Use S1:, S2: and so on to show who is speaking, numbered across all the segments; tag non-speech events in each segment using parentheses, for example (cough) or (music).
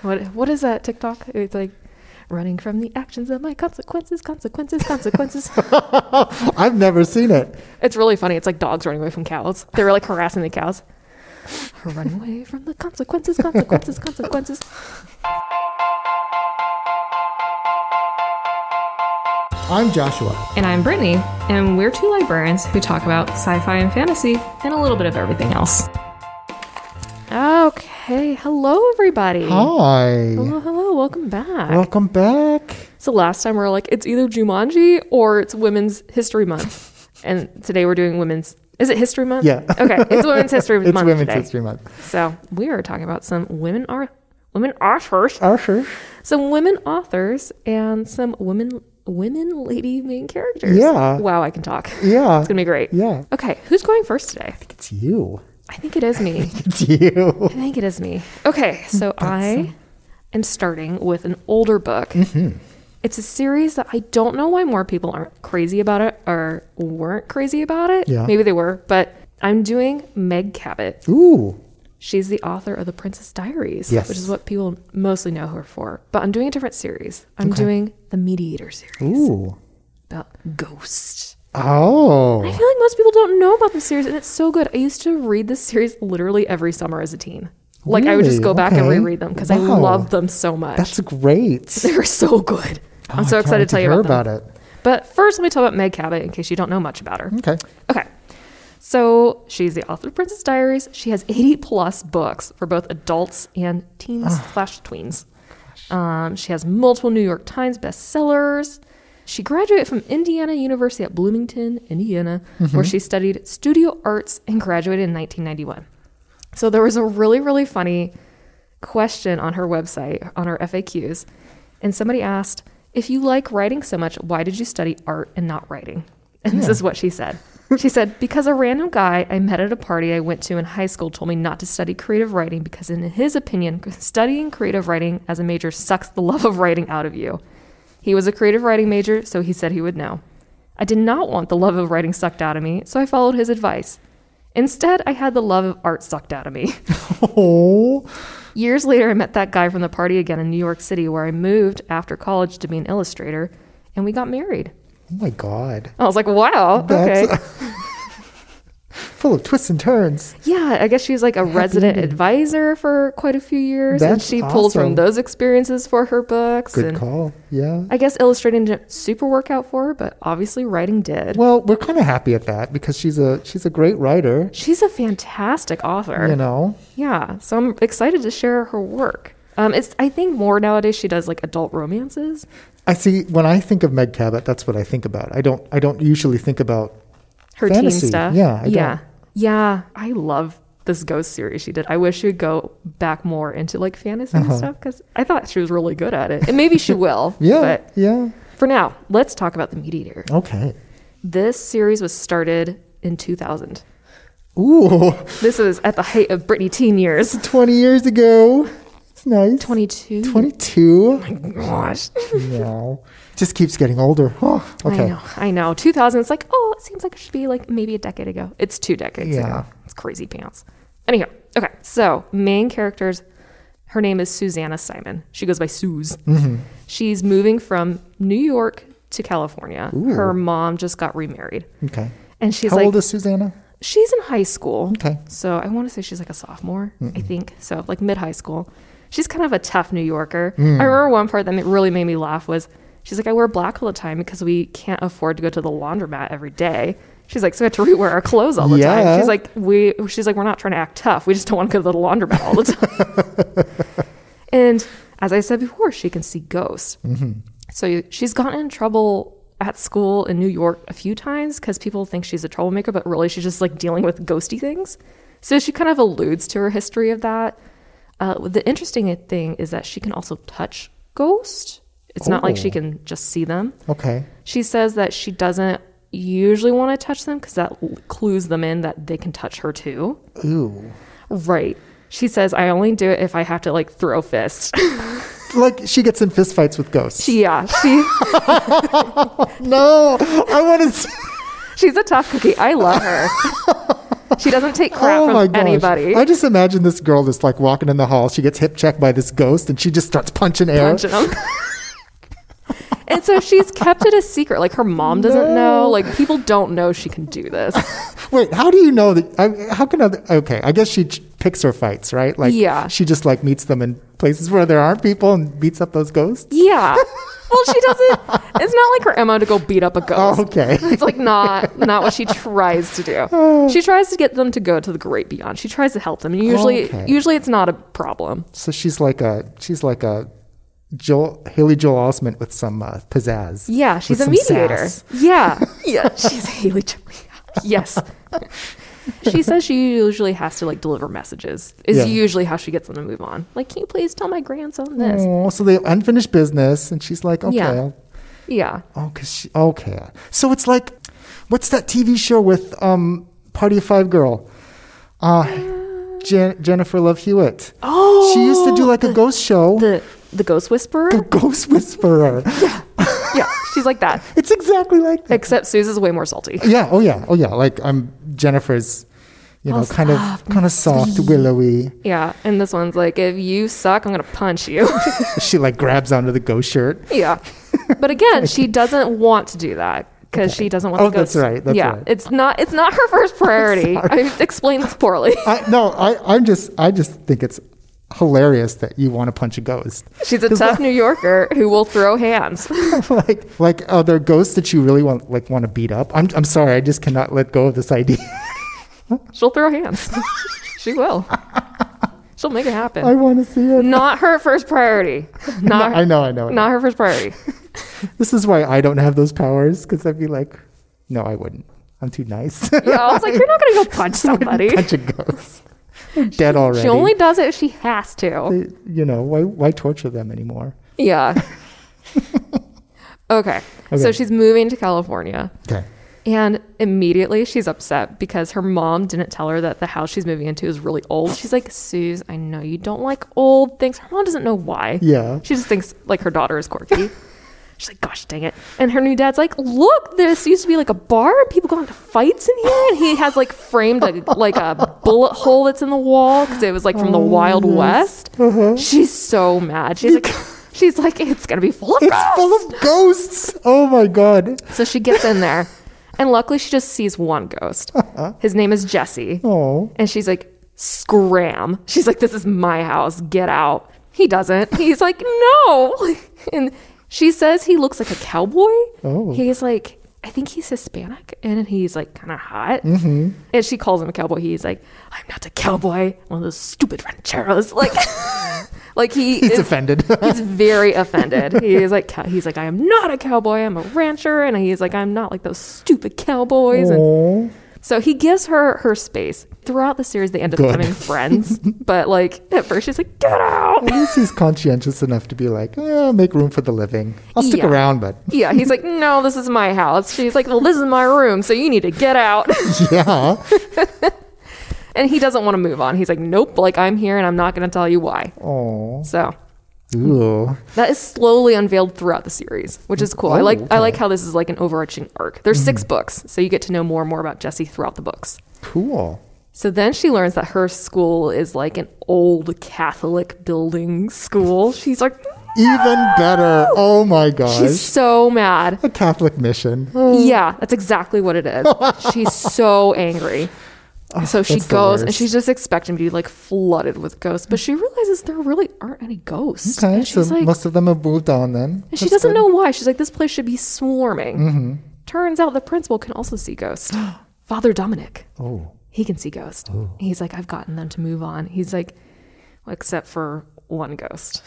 S1: What what is that TikTok? It's like running from the actions of my consequences, consequences, (laughs) consequences.
S2: I've never seen it.
S1: it's really funny. It's like dogs running away from cows. They were like harassing the cows. Running away from the consequences, consequences, consequences.
S2: I'm Joshua.
S3: And I'm Brittany, and we're two librarians who talk about sci fi and fantasy and a little bit of everything else.
S1: Okay. Hello everybody.
S2: Hi.
S1: Hello, hello, welcome back.
S2: Welcome back.
S1: so last time we were like, it's either Jumanji or it's Women's History
S2: (laughs)
S1: Month. and today we're doing Women's. Is it History Month?
S2: Yeah.
S1: Okay, it's
S2: (laughs)
S1: Women's History
S2: It's
S1: Month.
S2: Women's
S1: today.
S2: History Month.
S1: So we are talking about some women are women authors,
S2: Arthur.
S1: some women authors, and some women women lady main characters.
S2: Yeah.
S1: Wow, I can talk.
S2: Yeah.
S1: It's gonna be great.
S2: Yeah.
S1: Okay, who's going first today?
S2: It's you.
S1: I think it is me.
S2: It's you.
S1: I think it is me. Okay, so
S2: Mm,
S1: I am starting with an older book.
S2: Mm-hmm.
S1: It's a series that I don't know why more people aren't crazy about it or weren't crazy about it.
S2: Yeah.
S1: Maybe they were, but I'm doing Meg Cabot.
S2: Ooh.
S1: She's the author of The Princess Diaries,
S2: Yes.
S1: which is what people mostly know her for. But I'm doing a different series. I'm doing the Mediator series
S2: Ooh.
S1: about ghosts. I
S2: Oh.
S1: feel like most people don't know about this series, and it's so good. I used to read this series literally every summer as a teen. Like I would just
S2: Really?
S1: go back and
S2: Okay.
S1: reread them because I
S2: Wow.
S1: love them so much. (laughs)
S2: That's great.
S1: They're so good.
S2: Oh,
S1: I'm so
S2: I can't
S1: excited
S2: wait
S1: to tell you
S2: hear
S1: about, them.
S2: about it.
S1: But first, let me tell about Meg Cabot in case you don't know much about her.
S2: Okay.
S1: Okay. So she's the author of Princess Diaries. She has 80 plus books for both adults and teens slash tweens. Um, she has multiple New York Times bestsellers. She graduated from Indiana University at Bloomington, Indiana, where she studied studio arts and graduated in 1991. So there was a really, really funny question on her website, on her FAQs, and somebody asked, If you like writing so much, why did you study art and not writing? And this is what she said. She said, Because a random guy I met at a party I went to in high school told me not to study creative writing because, in his opinion, (laughs) studying creative writing as a major sucks the love of writing out of you. He was a creative writing major, so he said he would know. I did not want the love of writing sucked out of me, so I followed his advice. Instead, I had the love of art sucked out of me. (laughs)
S2: Oh.
S1: Years later, I met that guy from the party again in New York City, where I moved after college to be an illustrator, and we got married.
S2: Oh my God.
S1: I was like, wow,
S2: That's-
S1: okay.
S2: Full of twists and turns.
S1: (laughs) Yeah, I guess she was like a resident advisor for quite a few years, and
S2: That's
S1: she pulled
S2: awesome.
S1: from those experiences for her books.
S2: Good
S1: and
S2: call. Yeah.
S1: I guess illustrating didn't super work out for her, but obviously writing did.
S2: Well, we're kind of happy at that because she's a she's a great writer.
S1: She's a fantastic author.
S2: You know.
S1: Yeah, so I'm excited to share her work. Um, it's I think more nowadays she does like adult romances.
S2: I see. When I think of Meg Cabot, that's what I think about. I don't. I don't usually think about.
S1: her
S2: Fantasy.
S1: teen stuff.
S2: Yeah, I
S1: yeah,
S2: don't.
S1: yeah. I love this ghost series she did. I wish she would go back more into like fantasy
S2: Uh-huh.
S1: and stuff because I thought she was really good at it, and maybe
S2: (laughs)
S1: she will.
S2: Yeah.
S1: But
S2: yeah.
S1: for now, let's talk about the Mediator.
S2: Okay.
S1: This series was started in 2000.
S2: Ooh, (laughs)
S1: This was at the height of Britney teen years.
S2: twenty years ago. It's nice.
S1: 22.
S2: Twenty-two.
S1: Gosh.
S2: no, just keeps getting older. Oh,
S1: I
S2: okay.
S1: know. I know. 2000. It's like, oh, it seems like it should be like maybe a decade ago. It's two decades
S2: Yeah.
S1: ago. It's crazy pants. Anyhow, okay. So main characters. Her name is Susanna Simon. She goes by Suze.
S2: Mm-hmm.
S1: She's moving from New York to California. Her mom just got remarried,
S2: Okay.
S1: and she's
S2: How
S1: like,
S2: old is Susanna?
S1: she's in high school.
S2: Okay.
S1: So I want to say she's like a sophomore, I think. So like mid high school. She's kind of a tough New Yorker. I remember one part that really made me laugh was she's like, I wear black all the time because we can't afford to go to the laundromat every day. She's like, so we have to rewear our clothes all the
S2: Yeah.
S1: time. She's like, we she's like, we're not trying to act tough. We just don't want to go to the laundromat all the
S2: (laughs)
S1: time. and as I said before, she can see ghosts.
S2: Mm-hmm.
S1: So you- she's gotten in trouble at school in New York a few times because people think she's a troublemaker, but really she's just like dealing with ghosty things. So she kind of alludes to her history of that. Uh, the interesting thing is that she can also touch ghosts. It's not like she
S2: Oh.
S1: can just see them.
S2: Okay.
S1: She says that she doesn't usually want to touch them because that l- clues them in that they can touch her too.
S2: Ooh.
S1: Right. She says, I only do it if I have to like throw fists.
S2: Like she gets in fistfights with
S1: (laughs)
S2: ghosts.
S1: yeah. She.
S2: no, I want to.
S1: (laughs) She's a tough cookie. I love her. She doesn't take crap from
S2: Oh gosh.
S1: anybody.
S2: I just imagine this girl that's like walking in the hall. She gets hip checked by this ghost and she just starts punching air.
S1: punching him. (laughs) and so she's kept it a secret. Like her mom doesn't know. Like people don't know she can do this.
S2: Wait, how do you know that? I, how can other. Okay, I guess she ch- picks her fights, right? Like,
S1: Yeah.
S2: She just like meets them in places where there aren't people and beats up those ghosts.
S1: (laughs) Yeah. Well, she doesn't. It's not like her mo to go beat up a ghost.
S2: Oh, okay.
S1: (laughs) It's like not not what she tries to do. She tries to get them to go to the great beyond. She tries to help them, and usually
S2: Okay.
S1: usually it's not a problem.
S2: So she's like a. She's like a. Joel, Haley Joel Osment with some uh, pizzazz.
S1: Yeah, she's
S2: With
S1: a
S2: some
S1: mediator.
S2: sass.
S1: Yeah, (laughs) yeah, she's Haley. Joel- Yes. she says she usually has to like deliver messages. Is
S2: Yeah.
S1: usually how she gets them to move on. Like, can you please tell my grandson this?
S2: Oh, so they have unfinished business, and she's like, okay,
S1: Yeah.
S2: I'll
S1: Yeah.
S2: Oh, cause she, okay. So it's like, what's that TV show with um Party of Five girl? Uh, Jan- Jennifer Love Hewitt. Oh, she used to do like a ghost show,
S1: The the ghost whisperer.
S2: the (laughs) Ghost Whisperer.
S1: yeah, she's like that.
S2: It's exactly like that.
S1: Except Suze is way more salty.
S2: yeah. Oh yeah. Oh yeah. Like um Jennifer's, you
S1: Oh,
S2: know, kind of kind of soft, willowy.
S1: Yeah, and this one's like, if you suck, I'm gonna punch you. (laughs)
S2: she like grabs onto the ghost shirt.
S1: yeah, (laughs) but again, she doesn't want to do that because she doesn't want.
S2: Oh,
S1: the ghost.
S2: that's right, that's
S1: yeah,
S2: right.
S1: it's not. It's not her
S2: (laughs)
S1: first priority. I explained this poorly.
S2: I, no, I, I'm just, I just think it's hilarious that you want to punch a ghost. (laughs)
S1: She's a tough New Yorker who will throw hands.
S2: like like are there ghosts that you really want like want to beat up i'm, I'm sorry i just cannot let go of this idea (laughs)
S1: She'll throw hands. she will. She'll make it happen.
S2: i want to see
S1: (laughs)
S2: it
S1: not her first
S2: (laughs)
S1: priority. Not
S2: i know i know I know.
S1: Not her first
S2: (laughs)
S1: priority.
S2: this is why i don't have those powers because i'd be like no i wouldn't i'm too nice
S1: Yeah, I was like, you're not gonna go punch (laughs)
S2: (laughs)
S1: somebody.
S2: punch a ghost They're dead already
S1: She only does it if she has
S2: (laughs)
S1: to.
S2: They- (laughs) you know why why torture them anymore (laughs)
S1: Yeah. okay. So
S2: Okay.
S1: she's moving to California.
S2: okay
S1: And immediately she's upset because her mom didn't tell her that the house she's moving into is really old. She's like, Suze, I know you don't like old things. Her mom doesn't know why.
S2: Yeah.
S1: She just thinks like her daughter is quirky. (laughs) she's like, gosh dang it. And her new dad's like, look, this used to be like a bar. and People go into fights in here. And he has like framed a, like a bullet hole that's in the wall because it was like from
S2: Oh,
S1: the Wild West.
S2: Uh-huh.
S1: She's so mad. She's like, she's like, it's going to be full of
S2: it's
S1: ghosts."
S2: full of ghosts oh my god
S1: So she gets in there, and luckily she just sees one
S2: (laughs)
S1: ghost. His name is Jesse.
S2: oh
S1: And she's like, scram. She's like, this is my house. Get out. He doesn't. He's like, no. (laughs) And she says he looks like a cowboy.
S2: Oh.
S1: He's like, I think he's Hispanic and he's like kind of hot.
S2: Mm-hmm.
S1: And she calls him a cowboy. He's like, I'm not a cowboy. One of those stupid rancheros. (laughs) Like, like he
S2: he's
S1: is
S2: (laughs) offended
S1: he's very offended. He's like, cow- he's like, I am not a cowboy. I'm a rancher, and he's like, I'm not like those stupid cowboys. And
S2: oh
S1: so he gives her her space. Throughout the series, they end up
S2: Good.
S1: becoming friends. (laughs) but like at first, she's like, get out.
S2: at least he's conscientious enough to be like eh, make room for the living i'll stick
S1: Yeah.
S2: around but (laughs)
S1: Yeah, he's like, no, this is my house. She's like, well, this is my room, so you need to get out. (laughs)
S2: yeah
S1: and he doesn't want to move on. He's like, nope, like I'm here, and I'm not going to tell you why.
S2: oh
S1: So
S2: Ooh.
S1: that is slowly unveiled throughout the series, which is cool. I
S2: Oh,
S1: like I
S2: okay. Mm.
S1: like how this is like an overarching arc. There's six books, so you get to know more and more about Jesse throughout the books.
S2: Cool.
S1: So then she learns that her school is like an old Catholic building school. She's like,
S2: Even better. Oh my gosh.
S1: she's so mad.
S2: a Catholic mission. Oh,
S1: Yeah, that's exactly what it
S2: (laughs)
S1: is. She's so angry. So she
S2: Ah, that's the
S1: goes and
S2: worst.
S1: she's just expecting to be like flooded with ghosts, but she realizes there really aren't any ghosts.
S2: okay,
S1: and
S2: so
S1: she's like,
S2: most of them have moved on then.
S1: and she doesn't know why. She's like, this place should be swarming.
S2: Mm-hmm.
S1: Turns out the principal can also see
S2: (gasps)
S1: ghosts. Father Dominic.
S2: Oh.
S1: he can see ghosts. He's like, I've gotten them to move on. He's like, well, except for one ghost.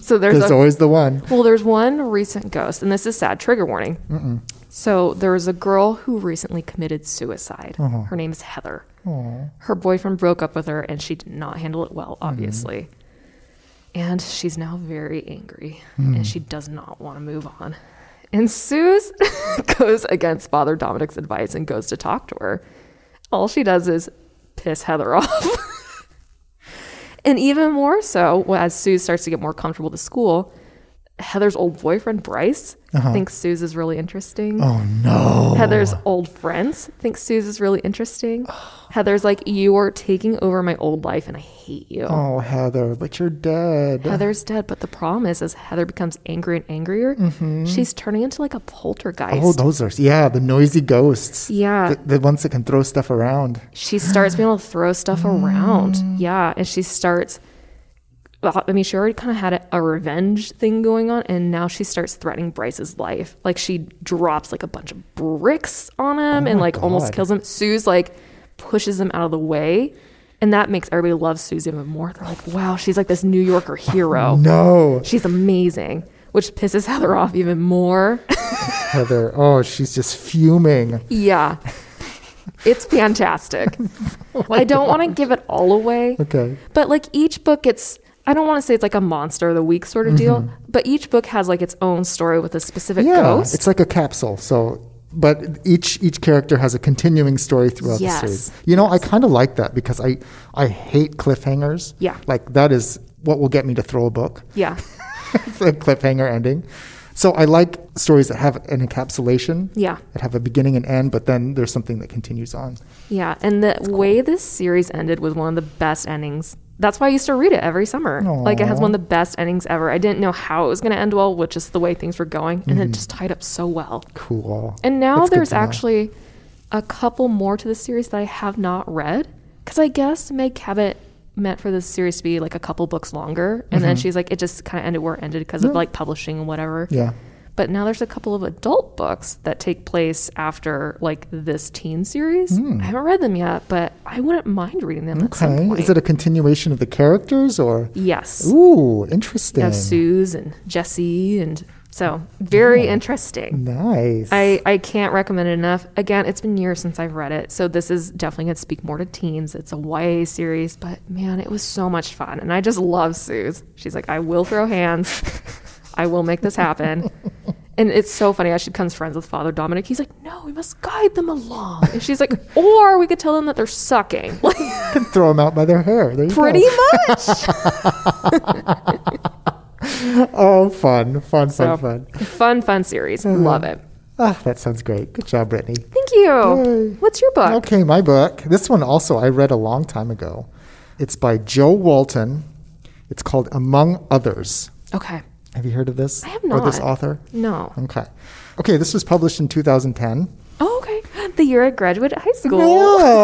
S1: so there's,
S2: There's
S1: a,
S2: always the one.
S1: well, there's one recent ghost, and this is sad. Trigger warning. So there was a girl who recently committed suicide. Her name is Heather. Her boyfriend broke up with her, and she did not handle it well, obviously. And she's now very angry,
S2: Hmm.
S1: and she does not want to move on. And Suze (laughs) goes against Father Dominic's advice and goes to talk to her. All she does is piss Heather (laughs) off. And even more so, well, as Sue starts to get more comfortable to school, Heather's old boyfriend, Bryce, thinks Suze is really interesting.
S2: Uh-huh. Oh no.
S1: Heather's old friends think Suze is really interesting. Heather's like, You are taking over my old life and I hate you.
S2: Oh Heather, but you're dead.
S1: Heather's dead, but the problem is, as Heather becomes angry and angrier, she's turning into like a poltergeist.
S2: Mm-hmm. Oh, those are yeah, the noisy ghosts.
S1: Yeah.
S2: The, the ones that can throw stuff around.
S1: she starts being able to throw stuff around.
S2: Mm.
S1: Yeah, and she starts. well, I mean, she already kind of had a, a revenge thing going on, and now she starts threatening Bryce's life. Like she drops like a bunch of bricks on him, and like almost
S2: Oh God.
S1: kills him. Sue's like pushes him out of the way, and that makes everybody love Suze even more. They're like, "Wow, she's like this New Yorker hero.
S2: No,
S1: She's amazing," which pisses (laughs) Heather off even more.
S2: Heather. Oh, she's just fuming.
S1: yeah, (laughs) it's
S2: (laughs)
S1: fantastic. I don't want to give it all away.
S2: Oh Okay.
S1: But like each book, it's I don't want to say it's like a monster of the week sort of deal, but each book has like its own story with a specific
S2: Mm-hmm. Yeah,
S1: ghost.
S2: it's like a capsule. So, but each each character has a continuing story throughout
S1: Yes.
S2: the series. You know, I kind of like that because I I hate cliffhangers.
S1: Yeah.
S2: like that is what will get me to throw a book. (laughs)
S1: yeah,
S2: it's a cliffhanger ending. So I like stories that have an encapsulation.
S1: Yeah.
S2: that have a beginning and end, but then there's something that continues on.
S1: yeah. And the way this series ended was one of the best endings. That's why I used to read it every summer. Like it has one of the best endings ever. I didn't know how it was going to end well, with just the way things were going, and
S2: Mm-hmm.
S1: it just tied up so well.
S2: Cool.
S1: And now
S2: That's good
S1: there's
S2: to know.
S1: actually a couple more to the series that I have not read because I guess Meg Cabot meant for this series to be like a couple books longer, and then she's like, it just kind of ended where it ended because of like publishing and whatever.
S2: Mm-hmm. Yeah.
S1: But now there's a couple of adult books that take place after like this teen series. I haven't read them yet, but I wouldn't mind reading them at some
S2: Hmm. Okay.
S1: point.
S2: Is it a continuation of the characters or?
S1: yes.
S2: Ooh, interesting.
S1: Of Suze and Jesse, and so very
S2: Hmm.
S1: interesting.
S2: Nice.
S1: I, I can't recommend it enough. Again, it's been years since I've read it, so this is definitely going to speak more to teens. It's a YA series, but man, it was so much fun. And I just love Suze. She's like, I will throw hands, (laughs) I will make this
S2: (laughs)
S1: happen. And it's so funny. As she becomes friends with Father Dominic, he's like, No, we must guide them along. And she's like, (laughs) Or we could tell them that they're sucking. (laughs) Like,
S2: can throw them out by their hair. There you
S1: pretty
S2: (laughs) go.
S1: much.
S2: Oh, fun, fun,
S1: So,
S2: fun, fun.
S1: fun, fun series. Love it.
S2: Ah, that sounds great. Good job, Brittany.
S1: Thank you.
S2: Yay.
S1: What's your book?
S2: Okay, my book. This one also I read a long time ago. It's by Joe Walton. It's called Among Others.
S1: Okay.
S2: Have you heard of this?
S1: I have
S2: Or this
S1: not.
S2: author?
S1: No.
S2: Okay. Okay, this was published in 2010.
S1: Oh, okay. The year I graduated high school. (laughs)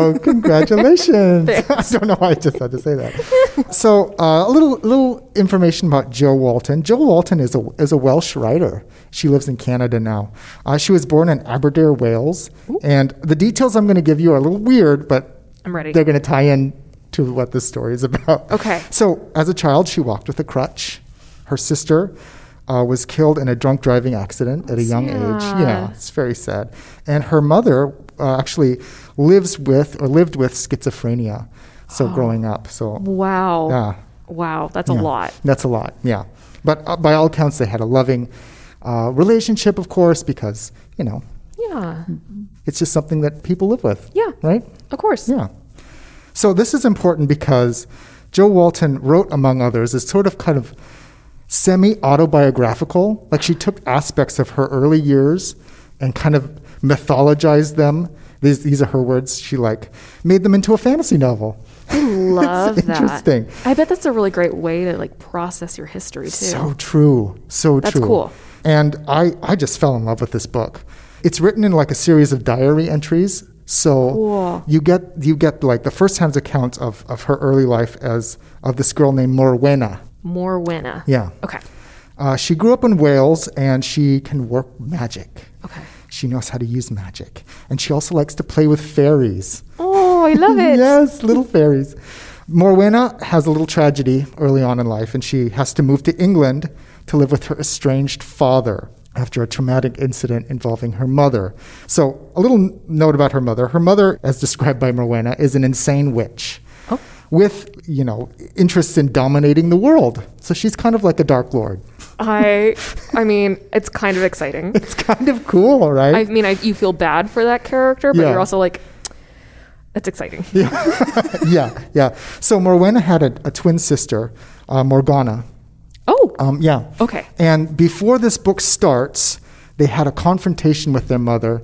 S2: Oh, congratulations. (laughs) I don't know why I just had to say that. So, uh, a little little information about Jo Walton. Jo Walton is a, is a Welsh writer. She lives in Canada now. Uh, she was born in Aberdare, Wales. And the details I'm going to give you are a little weird, but
S1: I'm ready.
S2: they're going to tie in to what this story is about.
S1: Okay.
S2: So, as a child, she walked with a crutch. Her sister uh, was killed in a drunk driving accident at a young age. Yeah,
S1: sad.
S2: it's very sad. And her mother uh, actually lives with or lived with schizophrenia. So, growing up. So,
S1: Wow.
S2: Yeah.
S1: Wow, Oh. that's a
S2: yeah.
S1: lot.
S2: That's a lot, yeah. But uh, by all accounts, they had a loving uh, relationship, of course, because, you know,
S1: Yeah.
S2: it's just something that people live with.
S1: Yeah.
S2: Right?
S1: Mm. Of course.
S2: Yeah. So this is important because Joe Walton wrote, among others, is sort of kind of semi autobiographical. Like she took aspects of her early years and kind of mythologized them. These, these are her words. She like made them into a fantasy novel. (laughs)
S1: I love that.
S2: interesting.
S1: I bet that's a really great way to like process your history too.
S2: So true. So
S1: That's
S2: true.
S1: cool.
S2: And I, I just fell in love with this book. It's written in like a series of diary entries. So
S1: Cool.
S2: you get you get like the first hand account of, of her early life as of this girl named Morwenna.
S1: More winna.
S2: Yeah.
S1: Okay.
S2: Uh, she grew up in Wales and she can work magic.
S1: Okay.
S2: She knows how to use magic. And she also likes to play with fairies.
S1: Oh, I love it.
S2: (laughs) yes, little fairies. Morwenna has a little tragedy early on in life, and she has to move to England to live with her estranged father after a traumatic incident involving her mother. So, a little n- note about her mother. Her mother, as described by Morwenna, is an insane witch
S1: Oh.
S2: with, you know, interests in dominating the world. So, she's kind of like a dark lord. (laughs)
S1: I I mean, it's kind of exciting.
S2: It's kind of cool, right?
S1: I mean, I, you feel bad for that character, but
S2: Yeah.
S1: you're also like that's exciting.
S2: yeah, yeah. So, Morwenna had a, a twin sister, uh, Morgana.
S1: Oh,
S2: Um, yeah.
S1: Okay.
S2: And before this book starts, they had a confrontation with their mother.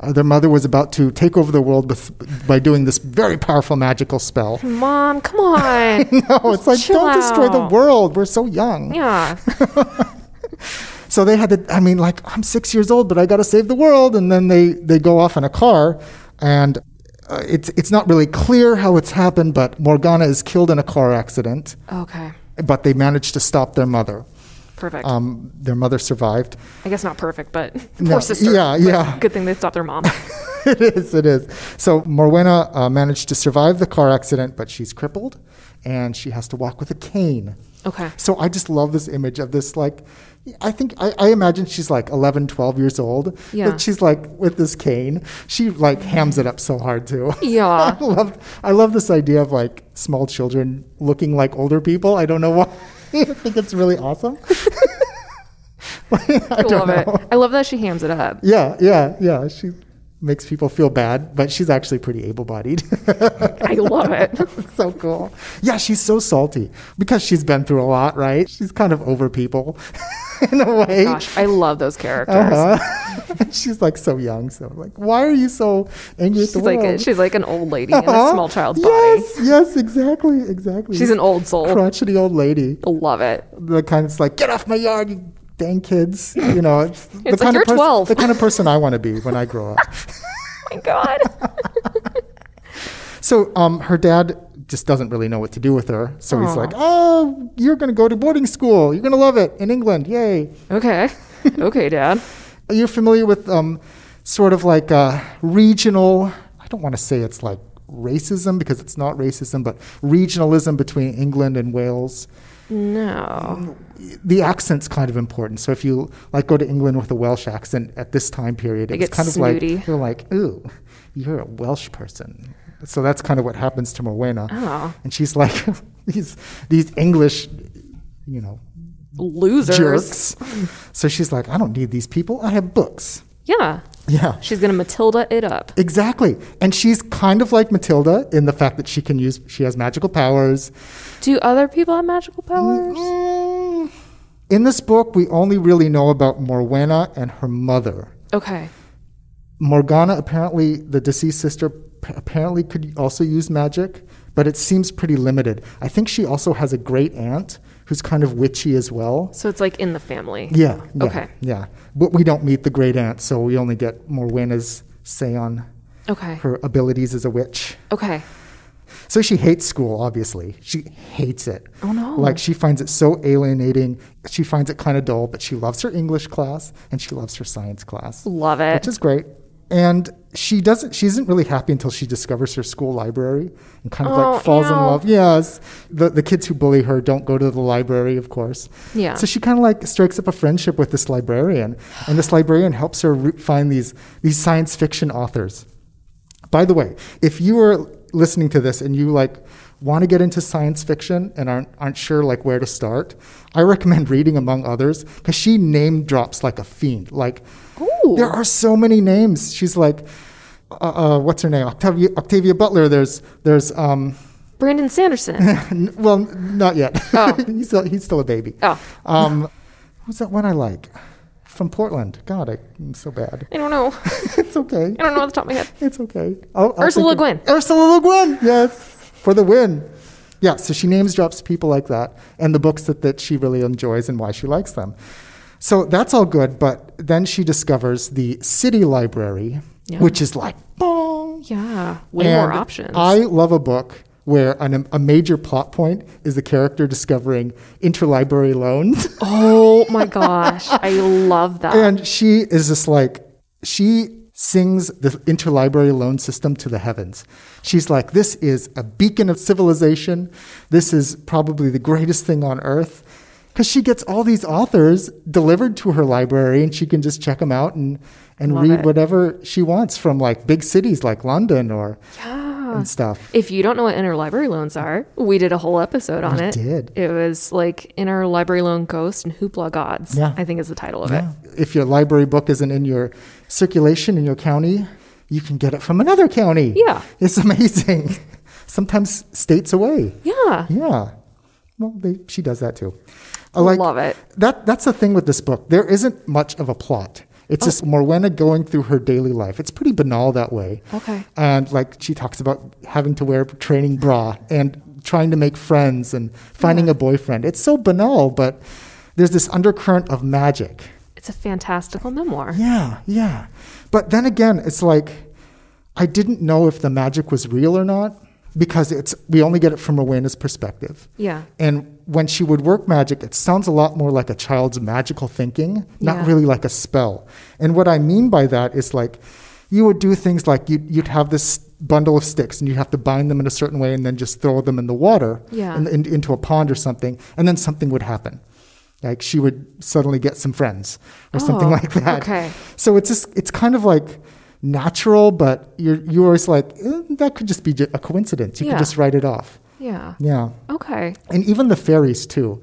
S2: Uh, their mother was about to take over the world with, by doing this very powerful magical spell. (laughs)
S1: Mom, come on.
S2: No, it's like,
S1: Chill
S2: don't destroy the
S1: out."
S2: world. We're so young.
S1: Yeah.
S2: So they had to, I mean, like, I'm six years old, but I got to save the world. And then they, they go off in a car. And uh, it's, it's not really clear how it's happened, but Morgana is killed in a car accident,
S1: Okay.
S2: but they managed to stop their mother.
S1: Perfect.
S2: Um, their mother survived. (laughs)
S1: I guess not perfect, but
S2: No,
S1: poor sister.
S2: yeah,
S1: But
S2: yeah.
S1: Good thing they stopped their mom.
S2: it is, it is. So Morwenna uh, managed to survive the car accident, but she's crippled and she has to walk with a cane.
S1: Okay.
S2: So I just love this image of this, like, I think, I, I imagine she's like 11, 12 years old.
S1: Yeah.
S2: But she's like with this cane. She like hams it up so hard too. (laughs)
S1: (laughs) Yeah.
S2: I love, I love this idea of like small children looking like older people. I don't know why. (laughs) I think it's really awesome. (laughs) I
S1: I
S2: don't
S1: love
S2: know.
S1: it. I love that she hams it up.
S2: Yeah, yeah, yeah. She makes people feel bad, but she's actually pretty able bodied.
S1: I love it.
S2: (laughs) so cool. Yeah, she's so salty because she's been through a lot, right? She's kind of over people (laughs) in a way.
S1: Oh Gosh, I love those characters.
S2: Uh-huh. (laughs) And she's like so young, so like, why are you so angry at
S1: She's
S2: the
S1: like a,
S2: world?
S1: she's like an old lady in
S2: Uh-huh.
S1: a small child's body.
S2: Yes, yes, exactly, exactly.
S1: She's an old soul.
S2: crotchety old lady.
S1: I love it. Oh
S2: The kind that's like, get off my yard, you dang kids. You know, it's, the
S1: (laughs) It's like,
S2: kind
S1: "You're
S2: of person,
S1: 12.
S2: the kind of person I want to be when I
S1: (laughs)
S2: grow up.
S1: Oh my
S2: (laughs)
S1: god.
S2: So um, her dad just doesn't really know what to do with her. So
S1: Aw.
S2: he's like, "Oh, you're going to go to boarding school. You're going to love it in England. Yay!"
S1: okay. Okay, Dad.
S2: Are you familiar with um, sort of like uh, regional? I don't want to say it's like racism because it's not racism, but regionalism between England and Wales.
S1: No.
S2: The accent's kind of important. So if you like go to England with a Welsh accent at this time period, it's
S1: get
S2: kind of
S1: snooty.
S2: like they're like, "Ooh, you're a Welsh person." So that's kind of what happens to Morwenna.
S1: Oh.
S2: And she's like, (laughs) these these English, you know,
S1: Losers.
S2: jerks. So she's like, I don't need these people. I have books.
S1: Yeah.
S2: Yeah.
S1: She's gonna Matilda it up.
S2: Exactly. And she's kind of like Matilda in the fact that she can use she has magical powers.
S1: Do other people have magical powers?
S2: Mm. In this book, we only really know about Morwenna and her mother.
S1: Okay.
S2: Morgana apparently the deceased sister p- apparently could also use magic, but it seems pretty limited. I think she also has a great aunt who's kind of witchy as well.
S1: So it's like in the family.
S2: Yeah. yeah
S1: Okay.
S2: Yeah. But we don't meet the great aunt, so we only get Morwenna's say on
S1: Okay.
S2: her abilities as a witch.
S1: Okay.
S2: So she hates school, obviously. She hates it.
S1: Oh, no.
S2: Like she finds it so alienating. She finds it kind of dull, but she loves her English class and she loves her science class,
S1: Love it.
S2: which is great. And she doesn't. She isn't really happy until she discovers her school library and kind of
S1: Oh,
S2: like falls in
S1: ew.
S2: love. Yes, the the kids who bully her don't go to the library, of course.
S1: Yeah.
S2: So she kind of like strikes up a friendship with this librarian, and this librarian helps her re- find these these science fiction authors. By the way, if you are listening to this and you like want to get into science fiction and aren't aren't sure like where to start, I recommend reading among others because she name drops like a fiend. Like
S1: Ooh.
S2: there are so many names. She's like, uh, uh, what's her name? Octavia Octavia Butler. There's there's um,
S1: Brandon
S2: (laughs)
S1: Sanderson.
S2: n- well not yet.
S1: Oh.
S2: (laughs) he's still, he's still a baby.
S1: Oh.
S2: Um, who's that one I like from Portland? God, I, I'm so bad. (laughs)
S1: I don't know.
S2: it's okay.
S1: I don't know off the top of my head.
S2: It's okay. I'll, I'll
S1: Ursula
S2: think
S1: Le
S2: of- Ursula Le Guin. Yes, for the win. Yeah. So she names drops people like that and the books that, that she really enjoys and why she likes them. So that's all good. But then she discovers the city library,
S1: Yeah.
S2: which is like bong.
S1: Yeah. Way more
S2: And
S1: options.
S2: I love a book where an, a major plot point is the character discovering interlibrary loans. (laughs)
S1: oh my gosh. I love that.
S2: And she is just like, she sings the interlibrary loan system to the heavens. She's like, this is a beacon of civilization. This is probably the greatest thing on earth. Because she gets all these authors delivered to her library and she can just check them out and, and
S1: Love
S2: read
S1: it.
S2: whatever she wants from like big cities like London or and stuff.
S1: If you don't know what interlibrary loans are, we did a whole episode on it.
S2: did.
S1: It was like interlibrary loan ghosts and hoopla gods.
S2: Yeah.
S1: I think is the title of it.
S2: If your library book isn't in your circulation in your county, you can get it from another county.
S1: Yeah.
S2: (laughs) It's amazing. Sometimes states away.
S1: Yeah.
S2: Yeah. well, they, she does that too. I like,
S1: Love it.
S2: That that's the thing with this book. There isn't much of a plot.
S1: Oh.
S2: It's just Morwenna going through her daily life. It's pretty banal that way.
S1: Okay.
S2: And like she talks about having to wear a training bra and trying to make friends and finding a boyfriend. It's so banal, but there's this undercurrent of magic.
S1: It's a fantastical memoir.
S2: Yeah, yeah. But then again, it's like I didn't know if the magic was real or not because it's we only get it from Rowena's perspective.
S1: Yeah.
S2: And when she would work magic, it sounds a lot more like a child's magical thinking, not
S1: Yeah.
S2: really like a spell. And what I mean by that is like you would do things like you'd, you'd have this bundle of sticks and you'd have to bind them in a certain way and then just throw them in the water
S1: Yeah.
S2: and, in, into a pond or something, and then something would happen. Like she would suddenly get some friends or something
S1: Oh,
S2: like that.
S1: okay.
S2: So it's just it's kind of like natural, but you're you're always like eh, that could just be ju- a coincidence. You
S1: Yeah.
S2: could just write it off.
S1: Yeah.
S2: Yeah,
S1: Okay.
S2: and even the fairies too.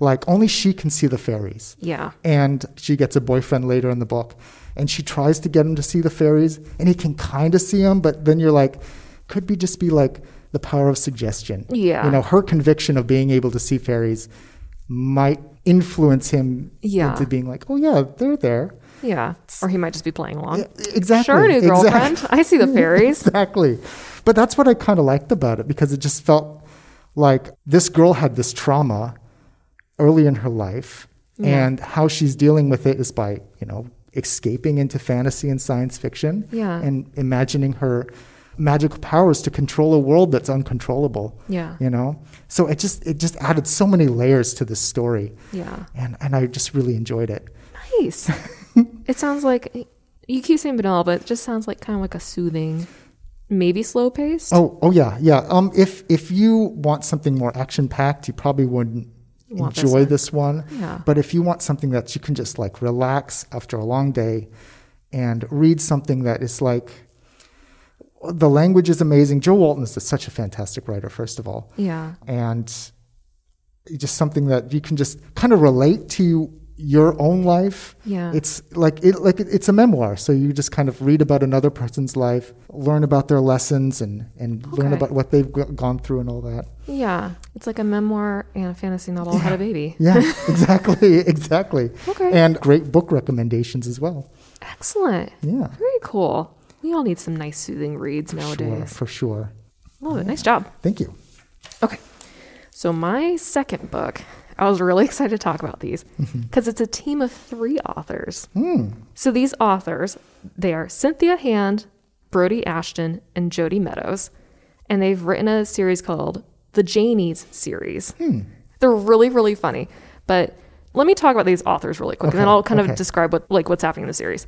S2: Like only she can see the fairies,
S1: Yeah.
S2: and she gets a boyfriend later in the book, and she tries to get him to see the fairies, and he can kind of see them, but then you're like, could be just be like the power of suggestion.
S1: Yeah.
S2: you know, her conviction of being able to see fairies might influence him
S1: Yeah.
S2: into being like, oh yeah, they're there.
S1: Yeah. Or he might just be playing along.
S2: Yeah, Uh, exactly.
S1: Sure, new
S2: exactly.
S1: girlfriend. I see the fairies.
S2: (laughs) exactly. But that's what I kind of liked about it because it just felt like this girl had this trauma early in her life, and how she's dealing with it is by, you know, escaping into fantasy and science fiction
S1: Yeah.
S2: and imagining her magical powers to control a world that's uncontrollable.
S1: Yeah.
S2: You know? So it just it just added so many layers to this story.
S1: Yeah.
S2: And and I just really enjoyed it. (laughs)
S1: Nice. it sounds like you keep saying banal, but it just sounds like kind of like a soothing, maybe slow paced.
S2: Oh, oh yeah, yeah. Um, if if you want something more action packed, you probably wouldn't
S1: Want this
S2: enjoy
S1: one.
S2: this one.
S1: Yeah.
S2: But if you want something that you can just like relax after a long day, and read something that is like, the language is amazing. Joe Walton is such a fantastic writer, first of all,
S1: Yeah.
S2: and just something that you can just kind of relate to your own life.
S1: Yeah.
S2: It's like it like it- it's a memoir, so you just kind of read about another person's life, learn about their lessons, and and learn
S1: Okay.
S2: about what they've g- gone through and all that. (laughs)
S1: Yeah. It's like a memoir and a fantasy novel had a baby. (laughs)
S2: Yeah, exactly, (laughs) exactly.
S1: Okay.
S2: And great book recommendations as well.
S1: Excellent.
S2: Yeah.
S1: Very cool. We all need some nice soothing reads
S2: Sure,
S1: nowadays.
S2: for sure.
S1: Love it. Nice job. (laughs)
S2: Thank you.
S1: Okay. So my second book, I was really (laughs) excited to talk about these
S2: Mm-hmm.
S1: because it's a team of three authors.
S2: Hmm.
S1: So these authors, they are Cynthia Hand, Brody Ashton, and Jody Meadows, and they've written a series called the Janies series.
S2: Hmm.
S1: They're really really funny, but let me talk about these authors really quick, and then
S2: Okay,
S1: I'll kind
S2: okay.
S1: of describe what like what's happening in the series.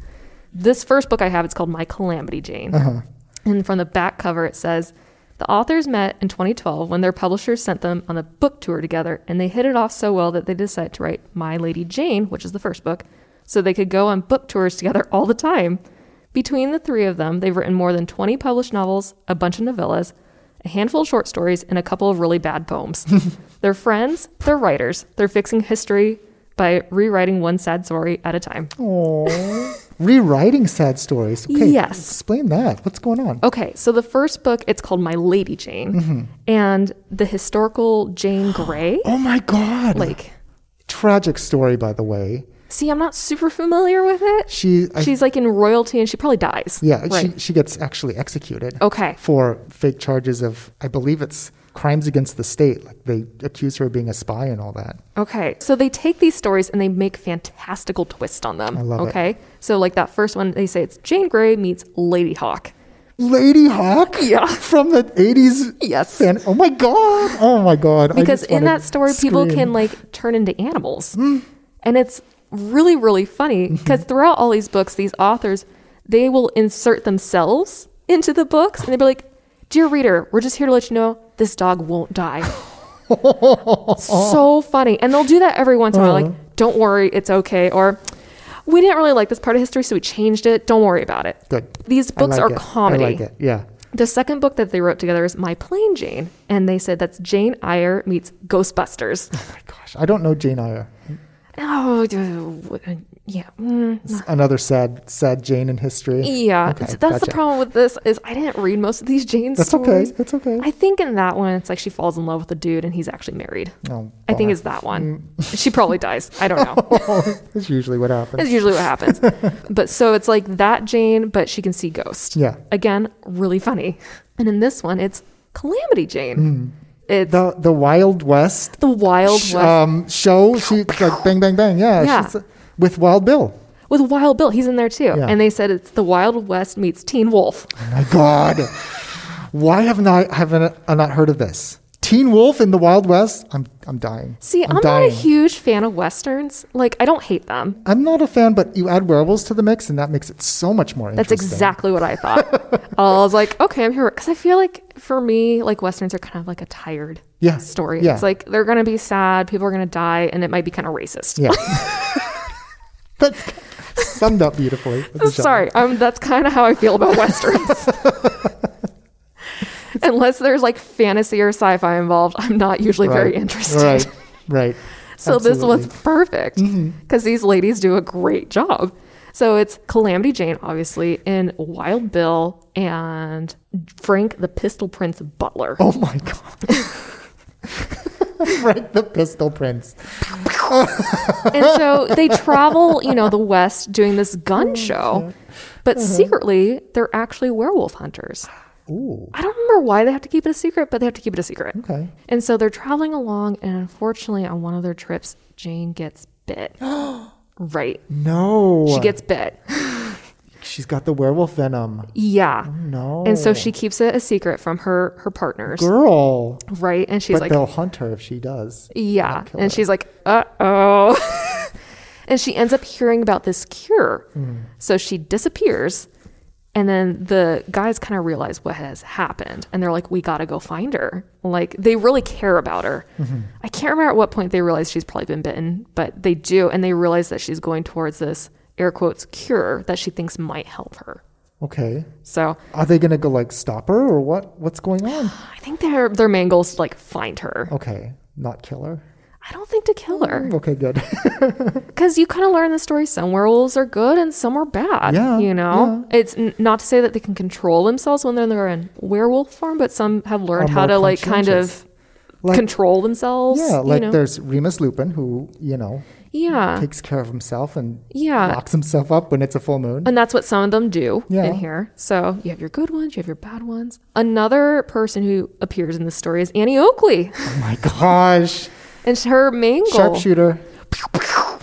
S1: This first book I have, it's called My Calamity Jane.
S2: Uh-huh.
S1: And from the back cover, it says, The authors met in 2012 when their publishers sent them on a book tour together, and they hit it off so well that they decided to write My Lady Jane, which is the first book, so they could go on book tours together (laughs) all the time. Between the three of them, they've written more than 20 published novels, a bunch of novellas, a handful of short stories, and a couple of really bad poems. they're friends, they're writers, they're fixing history by rewriting one sad story at a time.
S2: Aww. Rewriting sad stories. Okay.
S1: Yes.
S2: Explain that. What's going on?
S1: Okay, so the first book, it's called My Lady Jane, and the historical
S2: (gasps)
S1: Jane Grey.
S2: Mm-hmm. Oh my God.
S1: like,
S2: tragic story, by the way.
S1: see, I'm not super familiar with it.
S2: She, I,
S1: She's like in royalty, and she probably dies.
S2: yeah,
S1: right.
S2: she, she gets actually executed.
S1: okay,
S2: For fake charges of, I believe it's crimes against the state. Like they accuse her of being a spy and all that.
S1: okay. So they take these stories and they make fantastical twists on them.
S2: I love it.
S1: okay, so like that first one, they say it's Jane Grey meets Lady Hawk.
S2: Lady Hawk?
S1: (laughs) Yeah.
S2: From the 80s?
S1: Yes.
S2: fan- oh my God. Oh my God. I
S1: because
S2: just
S1: in
S2: wanna
S1: that story people
S2: scream. Hmm.
S1: can like turn into animals and it's really really funny
S2: (laughs)
S1: because throughout all these books these authors they will insert themselves into the books and they'll be like dear reader we're just here to let you know this dog won't
S2: (laughs)
S1: die so funny and they'll do that every once in a while like
S2: Uh-huh.
S1: don't worry it's okay or we didn't really like this part of history so we changed it don't worry about it
S2: Good.
S1: these
S2: I
S1: books
S2: like
S1: are
S2: it.
S1: comedy
S2: I like it. Yeah.
S1: the second book that they wrote together is My Plain Jane,
S2: Oh
S1: and they said that's Jane Eyre meets Ghostbusters.
S2: Gosh, I don't know Jane Eyre.
S1: Oh, d- yeah. mm,
S2: It's another sad, sad Jane in history.
S1: Yeah,
S2: Okay,
S1: so that's
S2: gotcha.
S1: the problem with this is I didn't read most of these Jane
S2: That's okay,
S1: stories.
S2: that's okay.
S1: I think in that one it's like she falls in love with a dude and he's actually married.
S2: Oh,
S1: I think
S2: bummer.
S1: it's that one.
S2: Mm.
S1: she probably dies. I don't
S2: (laughs)
S1: know.
S2: That's usually what happens.
S1: That's usually what happens. But so it's like that Jane, but she can see ghosts.
S2: Yeah.
S1: Again, really funny. And in this one, it's Calamity Jane. It's the,
S2: Mm. The the Wild West,
S1: Wild
S2: sh-
S1: West
S2: um, show. She like bang bang bang. Yeah.
S1: Yeah.
S2: she's, uh, with Wild Bill.
S1: with Wild Bill. He's in there too.
S2: Yeah.
S1: And they said it's the Wild West meets Teen Wolf.
S2: Oh my God. Why have not haven't I not heard of this? Teen Wolf in the Wild West. I'm I'm dying.
S1: See, I'm, not a
S2: dying.
S1: huge fan of westerns. Like, I don't hate them.
S2: I'm not a fan, but you add werewolves to the mix, and that makes it so much more
S1: That's
S2: interesting.
S1: exactly what I
S2: (laughs)
S1: thought. I was like, okay, I'm here because I feel like for me, like westerns are kind of like a tired
S2: Yeah.
S1: story.
S2: Yeah.
S1: It's like they're gonna be sad, people are gonna die, and it might be kind of racist. (laughs)
S2: Yeah. (laughs) That's summed up beautifully. with the genre.
S1: Sorry, um, that's kind of how I feel
S2: (laughs)
S1: about westerns. (laughs) Unless there's like fantasy or sci-fi involved, I'm not usually very
S2: Right.
S1: interested.
S2: Right. Right.
S1: (laughs) So this
S2: Absolutely. Mm-hmm.
S1: was perfect because these ladies do a great job. So it's Calamity Jane, obviously, and Wild Bill and Frank the Pistol Prince Butler.
S2: Oh my god. (laughs) Frank the Pistol Prince. Oh.
S1: And so
S2: (laughs)
S1: they travel, you know, the West doing this
S2: Oh,
S1: gun show, but
S2: Uh-huh.
S1: secretly they're actually werewolf hunters.
S2: Ooh.
S1: I don't remember why they have to keep it a secret, but they have to keep it a secret.
S2: Okay.
S1: And so they're traveling along, and unfortunately, on one of their trips, Jane gets
S2: (gasps)
S1: bit. right.
S2: No.
S1: She gets bit.
S2: She's got the werewolf venom.
S1: Yeah.
S2: No.
S1: And so she keeps it a secret from her her partners,
S2: Oh. girl.
S1: right? And she's
S2: But
S1: like,
S2: they'll hunt her if she does.
S1: yeah.
S2: kill
S1: And
S2: her.
S1: she's like, uh oh. (laughs) and she ends up hearing about this cure,
S2: Hmm.
S1: so she disappears. And then the guys kind of realize what has happened, and they're like, "We gotta go find her." Like they really care about her.
S2: Mm-hmm.
S1: I can't remember at what point they realize she's probably been bitten, but they do, and they realize that she's going towards this air quotes cure that she thinks might help her.
S2: Okay.
S1: So
S2: Are they gonna go like stop her or what? What's going
S1: (gasps)
S2: on?
S1: I think their their main goal is to like find her.
S2: Okay. Not kill her.
S1: I don't think to kill her
S2: Okay, good. (laughs)
S1: because you kind of learn the story. Some werewolves are good and some are bad.
S2: Yeah,
S1: you know, it's n- not to say that they can control themselves when they're, they're in werewolf form, but some have learned
S2: Are
S1: how
S2: more
S1: to like kind
S2: conscientious.
S1: of
S2: Like-
S1: control themselves.
S2: yeah, like
S1: you know?
S2: there's Remus Lupin who, you know,
S1: yeah,
S2: takes care of himself and
S1: Yeah.
S2: locks himself up when it's a full moon.
S1: and that's what some of them do
S2: Yeah.
S1: in here. So you have your good ones, you have your bad ones. Another person who appears in this story is Annie Oakley,
S2: Oh (laughs) my gosh.
S1: and her main goal.
S2: Sharpshooter.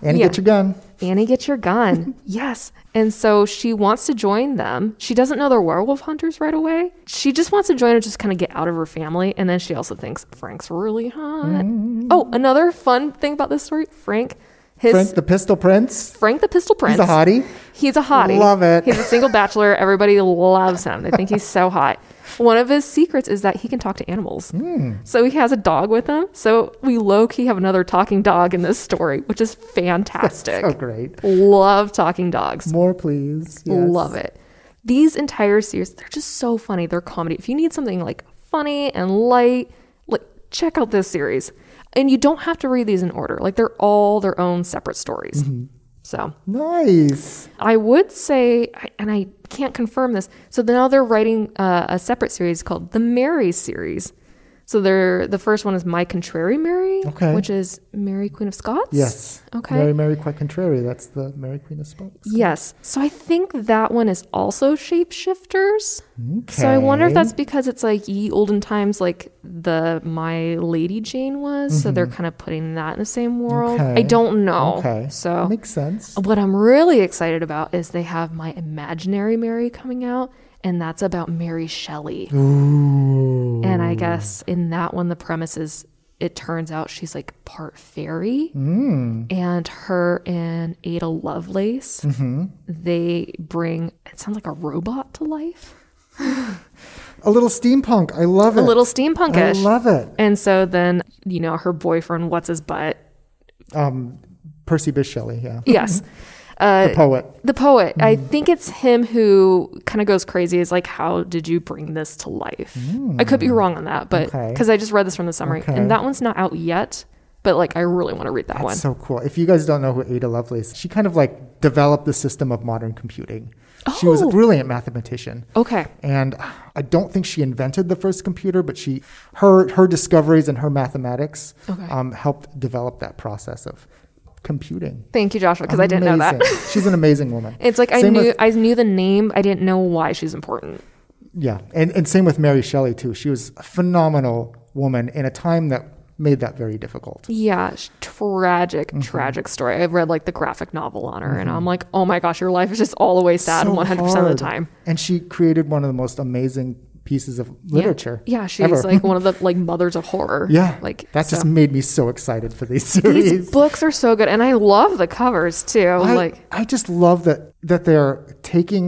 S2: And
S1: Yeah.
S2: get your gun.
S1: Annie, get your
S2: (laughs)
S1: gun. yes. And so she wants to join them. She doesn't know they're werewolf hunters right away. She just wants to join and just kind of get out of her family. And then she also thinks Frank's really hot.
S2: Mm.
S1: Oh, another fun thing about this story Frank, his
S2: Frank
S1: Frank,
S2: the Pistol Prince.
S1: the Pistol Prince.
S2: He's a hottie.
S1: He's a hottie.
S2: Love it.
S1: He's a single bachelor. Everybody loves him. They think he's so hot. One of his secrets is that he can talk to animals.
S2: Mm.
S1: So he has a dog with him. So we low key have another talking dog in this story, which is fantastic.
S2: So Oh, great.
S1: Love talking dogs.
S2: More, please.
S1: Love it. These entire series, they're just so funny. They're comedy. If you need something like funny and light, like check out this series. And you don't have to read these in order. Like they're all their own separate stories.
S2: Mm-hmm.
S1: So
S2: Nice.
S1: I would say, I- and I can't confirm this. So now they're writing uh, a separate series called the Mary series. So they're the first one is My Contrary Mary,
S2: Okay.
S1: which is Mary Queen of Scots.
S2: Yes.
S1: Okay.
S2: Mary, Mary, quite contrary. That's the Mary Queen of Scots.
S1: Yes. So I think that one is also shapeshifters. So I wonder if
S2: Okay.
S1: that's because it's like ye olden times, like the My Lady Jane was. So they're kind of putting that in the same world. I
S2: Mm-hmm. Okay.
S1: don't know.
S2: Okay.
S1: Oh, So
S2: Makes sense.
S1: what I'm really excited about is they have My Imaginary Mary coming out, and that's about Mary Shelley.
S2: Ooh.
S1: And I guess in that one, the premise is it turns out she's like part fairy,
S2: Mm.
S1: and her and Ada Lovelace
S2: Mm-hmm.
S1: they bring it sounds like a robot to life,
S2: A little steampunk. I love it.
S1: a little
S2: I
S1: steampunkish.
S2: love it.
S1: and so then you know her boyfriend, what's his butt?
S2: Mm-hmm. Um, Percy Bysshe Shelley. Yeah.
S1: Yes, uh,
S2: The Mm. poet.
S1: the poet i think it's him who kind of goes crazy is like how did you bring this to life i could be wrong on that but
S2: Mm. Okay.
S1: because i just read this from the summary
S2: Okay.
S1: and that one's not out yet But like, I really want to read that one.
S2: That's so cool. If you guys don't know who Ada Lovelace, is, she kind of like developed the system of modern computing. She was a
S1: Oh.
S2: brilliant mathematician.
S1: okay.
S2: And I don't think she invented the first computer, but she her her discoveries and her mathematics
S1: Okay.
S2: um, helped develop that process of computing.
S1: Thank you, Joshua, because I didn't know that.
S2: Amazing. She's an amazing woman.
S1: (laughs) It's like I
S2: Same
S1: knew
S2: with-
S1: I knew the name. I didn't know why she's important.
S2: yeah, and and same with Mary Shelley too. She was a phenomenal woman in a time that made that very difficult.
S1: Yeah, sh- tragic,
S2: Mm-hmm.
S1: tragic story. I've read like the graphic novel on her, and I'm like, oh my gosh, your life is just all the way sad
S2: So
S1: 100 percent of the
S2: hard.
S1: time.
S2: And she created one of the most amazing pieces of
S1: Yeah.
S2: literature.
S1: Yeah, she's
S2: ever.
S1: like one of the like mothers of horror.
S2: (laughs) yeah,
S1: like
S2: that just
S1: so-
S2: made me so excited for these series.
S1: (laughs) These books are so good, and I love the covers too.
S2: I,
S1: like
S2: I just love that that they're taking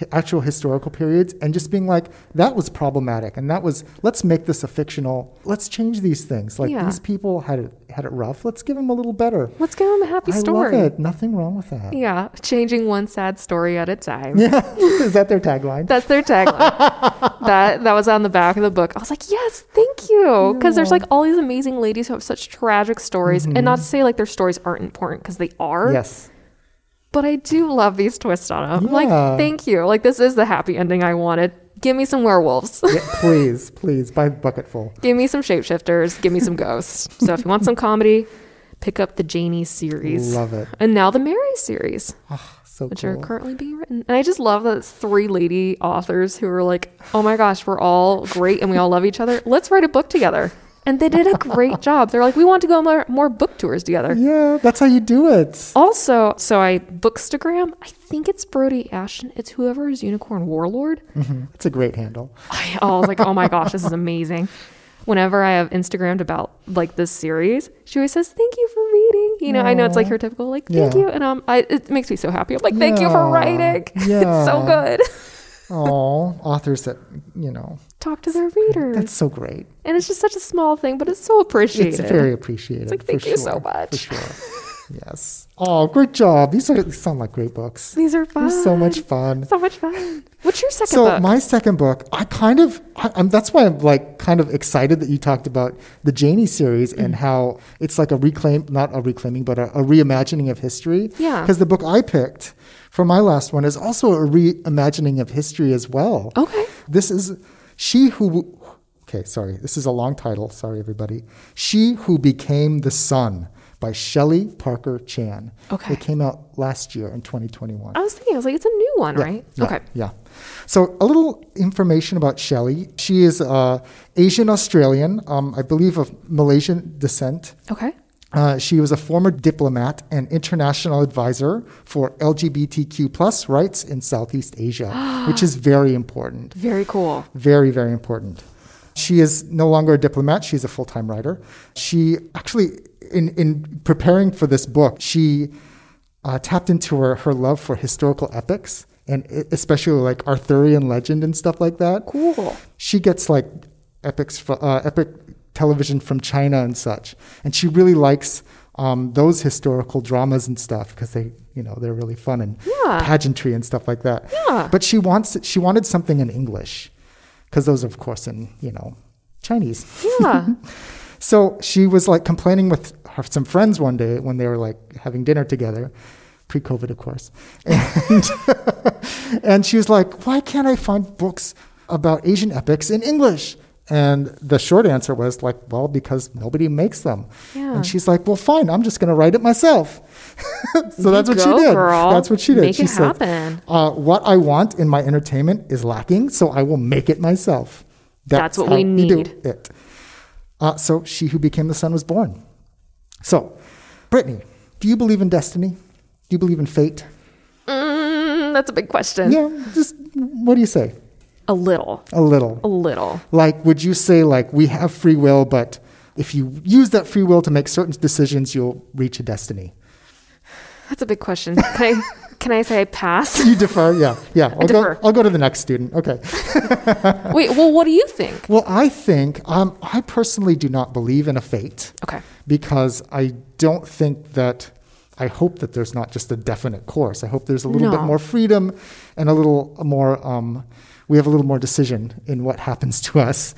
S2: hi- actual historical periods and just being like that was problematic and that was let's make this a fictional let's change these things like
S1: Yeah.
S2: these people had it had it rough let's give them a little better
S1: Let's give him a happy
S2: i
S1: story.
S2: love it nothing wrong with that
S1: Yeah, changing one sad story at a time.
S2: yeah (laughs) is that their tagline
S1: That's their tagline.
S2: (laughs)
S1: that that was on the back of the book. I was like, yes, thank you, because there's like all these amazing ladies who have such tragic stories, and
S2: Mm-hmm.
S1: not to say like their stories aren't important because they are.
S2: yes
S1: But I do love these twists on them. Like,
S2: Yeah.
S1: thank you. Like this is the happy ending I wanted. Give me some werewolves.
S2: Yeah, please please by bucketful
S1: (laughs) Give me some shapeshifters. Give me some ghosts. so if you want some comedy, pick up the Janie series.
S2: Love it. Ah,
S1: And now the Mary series,
S2: so
S1: which
S2: cool
S1: are currently being written. And I just love that it's three lady authors who are like, oh my gosh, we're all great and we all love each other. Let's write a book together. And they did a
S2: (laughs)
S1: great job. They're like, we want to go on more, more book tours together.
S2: yeah that's how you do it
S1: Also, so I bookstagram. I think it's Brody Ashton. It's whoever is Unicorn
S2: (laughs)
S1: Warlord.
S2: Mhm. it's a great handle
S1: I, oh, I was like, oh my gosh, this is amazing. Whenever I have Instagrammed about like this series, she always says, "Thank you for reading." You know, I know it's like her typical like, "Thank
S2: Yeah.
S1: you," and um, I, it makes me so happy. I'm like, "Thank you for
S2: Yeah.
S1: writing. (laughs) It's so
S2: Yeah.
S1: good."
S2: oh authors that you know
S1: Talk to their readers,
S2: that's so great
S1: and it's just such a small thing, but it's so appreciated.
S2: It's very appreciated.
S1: It's like,
S2: for
S1: thank you so
S2: sure,
S1: much.
S2: For sure.
S1: (laughs)
S2: yes. Oh, great job. These are these sound like great books.
S1: These are fun.
S2: They're so much fun.
S1: So much fun. What's your second
S2: So
S1: book?
S2: my second book, I kind of, I, I'm, that's why I'm like kind of excited that you talked about the Janie series and
S1: Mm.
S2: how it's like a reclaim, not a reclaiming, but a, a reimagining of history.
S1: Yeah.
S2: Because the book I picked for my last one is also a reimagining of history as well.
S1: Okay.
S2: This is she who. Okay, sorry. This is a long title. Sorry, everybody. She who became the sun by Shelley Parker Chan.
S1: Okay.
S2: It came out last year in 2021.
S1: I was thinking, I was like, it's a new one, right?
S2: Yeah,
S1: Okay.
S2: Yeah. So a little information about Shelley. She is uh, Asian Australian, um, I believe of Malaysian descent.
S1: Okay.
S2: Uh, she was a former diplomat and international advisor for LGBTQ plus rights in Southeast Asia,
S1: (gasps)
S2: which is very important.
S1: Very cool.
S2: Very, very important. She is no longer a diplomat, she's a full time writer. She actually, in, in preparing for this book, she uh, tapped into her, her love for historical epics and e- especially like Arthurian legend and stuff like that.
S1: Cool.
S2: She gets like epics, fro- uh, epic television from China and such. And she really likes um, those historical dramas and stuff because they, you know, they're really fun and
S1: Yeah.
S2: pageantry and stuff like that.
S1: Yeah.
S2: But she wants she wanted something in English because those are of course in, you know, Chinese. (laughs)
S1: Yeah.
S2: So she was like complaining with her, some friends one day when they were like having dinner together, pre COVID, of course. And, (laughs) and she was like, Why can't I find books about Asian epics in English? And the short answer was like, Well, because nobody makes them.
S1: Yeah.
S2: And she's like, Well, fine, I'm just going to write it myself. (laughs) so that's what
S1: go,
S2: she did.
S1: girl.
S2: That's what she did.
S1: Make
S2: she
S1: it
S2: said,
S1: happen.
S2: Uh, what I want in my entertainment is lacking, so I will make it myself.
S1: That's what we
S2: how you do
S1: need.
S2: It. Uh, so she who became the sun was born. So, Brittany, do you believe in destiny? Do you believe in fate?
S1: Mm, that's a big question.
S2: Yeah, just what do you say?
S1: A little.
S2: A little.
S1: A little.
S2: Like, would you say, like, we have free will, but if you use that free will to make certain decisions, you'll reach a destiny?
S1: That's a big question. Can
S2: (laughs)
S1: I can I say I pass?
S2: You defer? Yeah, yeah. I'll,
S1: defer.
S2: Go, I'll go to the next student. Okay.
S1: Wait, well what do you think?
S2: Well, I think, um, I personally do not believe in a fate.
S1: Okay.
S2: because I don't think that I hope that there's not just a definite course. I hope there's a little
S1: No.
S2: bit more freedom and a little more. Um, we have a little more decision in what happens to us.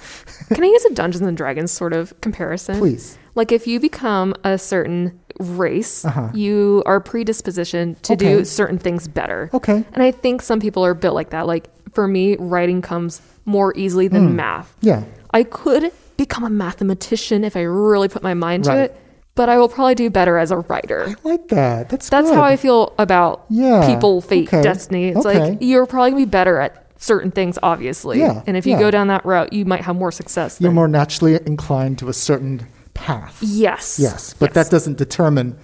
S1: Can I use a Dungeons and Dragons sort of comparison?
S2: Please.
S1: Like if you become a certain race, you are predispositioned to
S2: Uh-huh. Okay.
S1: do certain things better.
S2: Okay.
S1: And I think some people are built like that. Like for me, writing comes more easily than
S2: Hmm.
S1: math.
S2: Yeah.
S1: I could become a mathematician if I really put my mind to
S2: Right.
S1: it, but I will probably do better as a writer.
S2: I like that. That's
S1: That's
S2: good.
S1: how I feel about
S2: Yeah,
S1: people, fate,
S2: okay,
S1: destiny. It's
S2: okay.
S1: like you're probably gonna be better at certain things, obviously.
S2: Yeah,
S1: And if you
S2: yeah.
S1: go down that route, you might have more success.
S2: You're
S1: than-
S2: more naturally inclined to a certain path.
S1: yes.
S2: Yes, but that doesn't determine.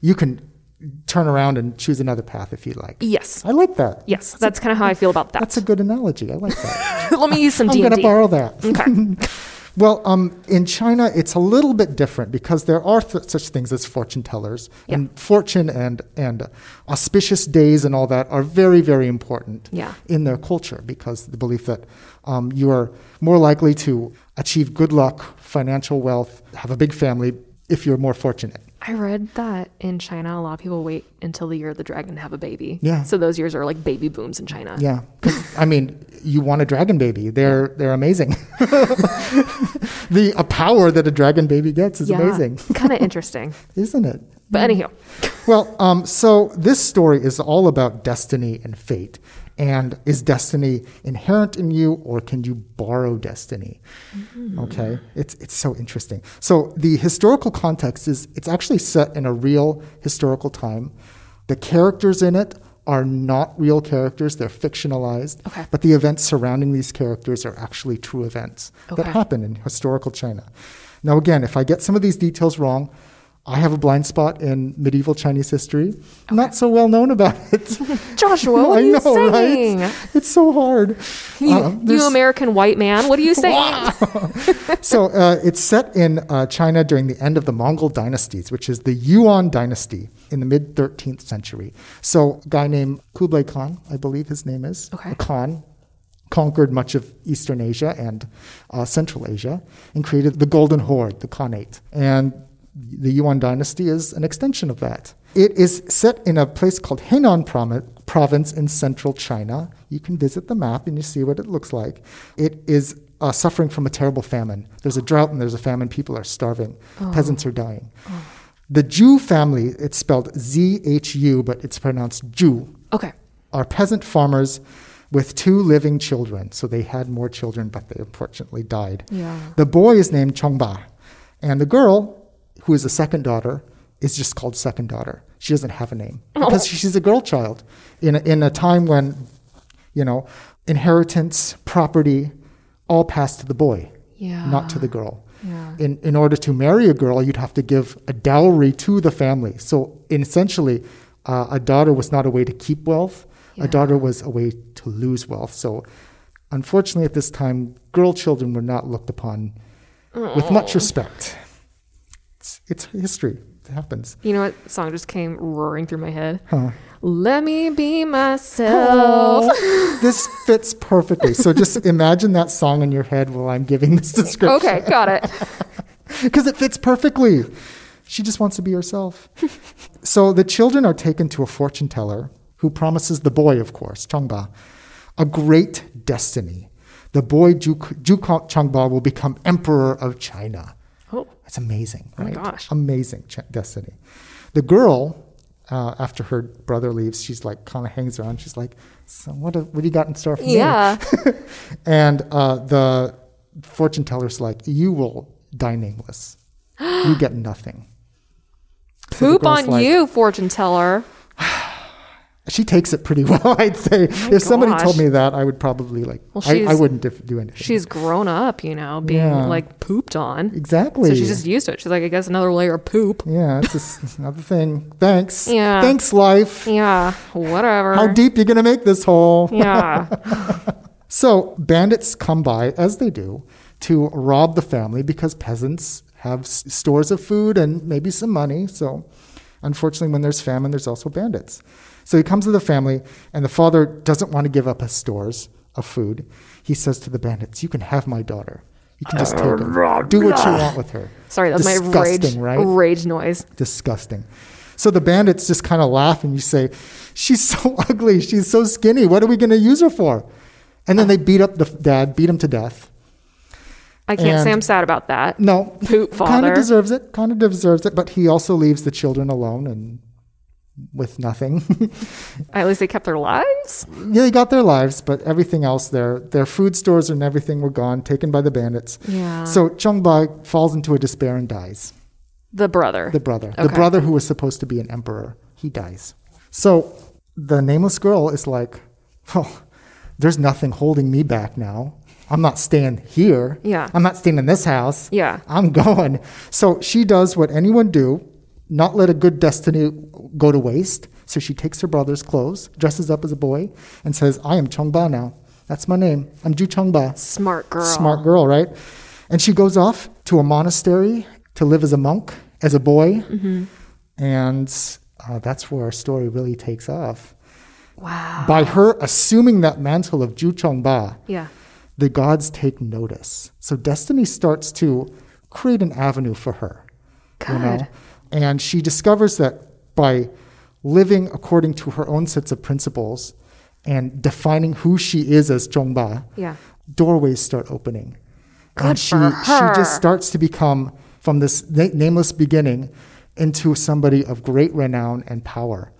S2: You can turn around and choose another path if you like.
S1: Yes.
S2: I like that.
S1: Yes. That's, kind of how I feel about that.
S2: That's a good analogy. I like that.
S1: (laughs) Let me use some
S2: I'm
S1: (laughs) D
S2: going
S1: and
S2: to
S1: D.
S2: borrow that.
S1: Okay.
S2: Well, um, in China, it's a little bit different because there are th- such things as fortune tellers, and fortune and and auspicious days and all that are very very important
S1: Yeah.
S2: in their culture because the belief that um, you are more likely to achieve good luck, financial wealth, have a big family if you're more fortunate.
S1: I read that in China, a lot of people wait until the year of the dragon to have a baby.
S2: Yeah.
S1: So those years are like baby booms in China.
S2: Yeah, 'cause, I mean, you want a dragon baby. They're they're amazing. (laughs) the uh, power that a dragon baby gets
S1: (laughs)
S2: is amazing, Mm.
S1: kind of interesting.
S2: isn't it?
S1: But anyhow,
S2: Well, um, so this story is all about destiny and fate. And is destiny inherent in you, or can you borrow destiny? Okay, it's it's so interesting. So the historical context is it's actually set in a real historical time. The characters in it are not real characters; they're fictionalized.
S1: Okay.
S2: But the events surrounding these characters are actually true events that
S1: Okay.
S2: happen in historical China. Now, again, if I get some of these details wrong, I have a blind spot in medieval Chinese history. Not so well known about it.
S1: (laughs) Joshua, what
S2: (laughs) I
S1: are you
S2: know,
S1: saying?
S2: right? It's so hard.
S1: You,
S2: Um,
S1: you
S2: there's-
S1: American white man, what are you saying?
S2: (laughs) so uh, it's set in uh, China during the end of the Mongol dynasties, which is the Yuan dynasty in the mid 13th century. So a guy named Kublai Khan, I believe his name is,
S1: Okay.
S2: Khan, conquered much of Eastern Asia and uh, Central Asia and created the Golden Horde, the Khanate. And the Yuan dynasty is an extension of that. It is set in a place called Henan Promi- province in central China. You can visit the map and you see what it looks like. It is uh, suffering from a terrible famine. There's a drought and there's a famine. People are starving. Peasants are dying. The Zhu family, it's spelled Z H U, but it's pronounced Zhu
S1: Okay.
S2: are peasant farmers with two living children. So they had more children, but they unfortunately died.
S1: Yeah.
S2: The boy is named Chongba, and the girl, who is the second daughter, is just called second daughter. She doesn't have a name because she's a girl child in a, in a time when, you know, inheritance, property, all passed to the boy, not to the girl.
S1: Ah. Yeah.
S2: In, in order to marry a girl, you'd have to give a dowry to the family. So in essentially, uh, a daughter was not a way to keep wealth. A daughter was a way to lose wealth. So unfortunately, at this time, girl children were not looked upon with much respect. It's, it's history. It happens.
S1: You know what song just came roaring through my head? Let me
S2: Oh,
S1: be myself.
S2: (laughs) this fits perfectly. So just imagine that song in your head while I'm giving this description.
S1: (laughs) Okay, got
S2: (laughs)
S1: it.
S2: because it fits perfectly. She just wants to be
S1: (laughs)
S2: herself. so the children are taken to a fortune teller who promises the boy, of course, Changba, a great destiny. The boy Ju Ju Changba will become emperor of China.
S1: Oh.
S2: That's amazing, right?
S1: gosh.
S2: Amazing ch- destiny. The girl, uh, after her brother leaves, she's like kind of hangs around. She's like, "So what? do- What do you got in store for me?"
S1: Yeah.
S2: (laughs) and uh, the fortune teller's like, "You will die nameless. you get nothing." So the
S1: Poop
S2: girl's
S1: on
S2: like-
S1: you, fortune teller.
S2: She takes it pretty (laughs) well, I'd say. if somebody
S1: Oh gosh.
S2: told me that, I would probably like.
S1: Well,
S2: I, I
S1: she's-
S2: wouldn't dif- do anything.
S1: She's grown up, you know, being
S2: Yeah.
S1: like pooped on.
S2: exactly.
S1: So she's just used to it. She's like, I guess another layer of poop.
S2: (laughs) Yeah, it's just another thing. Thanks.
S1: Yeah.
S2: Thanks, life.
S1: Yeah, whatever.
S2: How deep you gonna make this hole?
S1: (laughs) Yeah.
S2: So bandits come by, as they do, to rob the family because peasants have s- stores of food and maybe some money. So, unfortunately, when there's famine, there's also bandits. So he comes to the family, and the father doesn't want to give up his stores of food. He says to the bandits, "You can have my daughter. You can just take her. Do what you want with her."
S1: Sorry, that's my rage
S2: Disgusting, right?
S1: rage noise.
S2: disgusting. So the bandits just kind of laugh and you say, She's (laughs) so ugly. She's so skinny. What are we going to use her for? And then they beat up the f- dad, beat him to death.
S1: I can't say
S2: And-
S1: I'm sad about that.
S2: No,
S1: Poop
S2: kind
S1: father.
S2: of deserves it. Kind of deserves it, but he also leaves the children alone and with nothing. (laughs)
S1: At least they kept their lives.
S2: yeah, they got their lives, but everything else, their their food stores and everything were gone, taken by the bandits.
S1: Yeah.
S2: So Chung Ba falls into a despair and dies.
S1: The brother.
S2: The brother, the
S1: Okay.
S2: brother who was supposed to be an emperor, he dies. So the nameless girl is like, oh, there's nothing holding me back now. I'm not staying here.
S1: Yeah.
S2: I'm not staying in this house.
S1: Yeah.
S2: I'm going. So she does what anyone do, not let a good destiny go to waste. So she takes her brother's clothes, dresses up as a boy, and says, I am Chung Ba now. That's my name. I'm Ju Chung Ba.
S1: Smart girl.
S2: Smart girl, right? And she goes off to a monastery to live as a monk, as a boy.
S1: Mm-hmm.
S2: And uh, that's where our story really takes off.
S1: Wow.
S2: By her assuming that mantle of Ju Chong Ba,
S1: Yeah.
S2: the gods take notice. So destiny starts to create an avenue for her. You know?
S1: Good.
S2: And she discovers that by living according to her own sets of principles and defining who she is as Chong Ba,
S1: Yeah.
S2: doorways start opening.
S1: Good
S2: and she,
S1: for
S2: she
S1: her.
S2: just starts to become, from this na- nameless beginning, into somebody of great renown and power.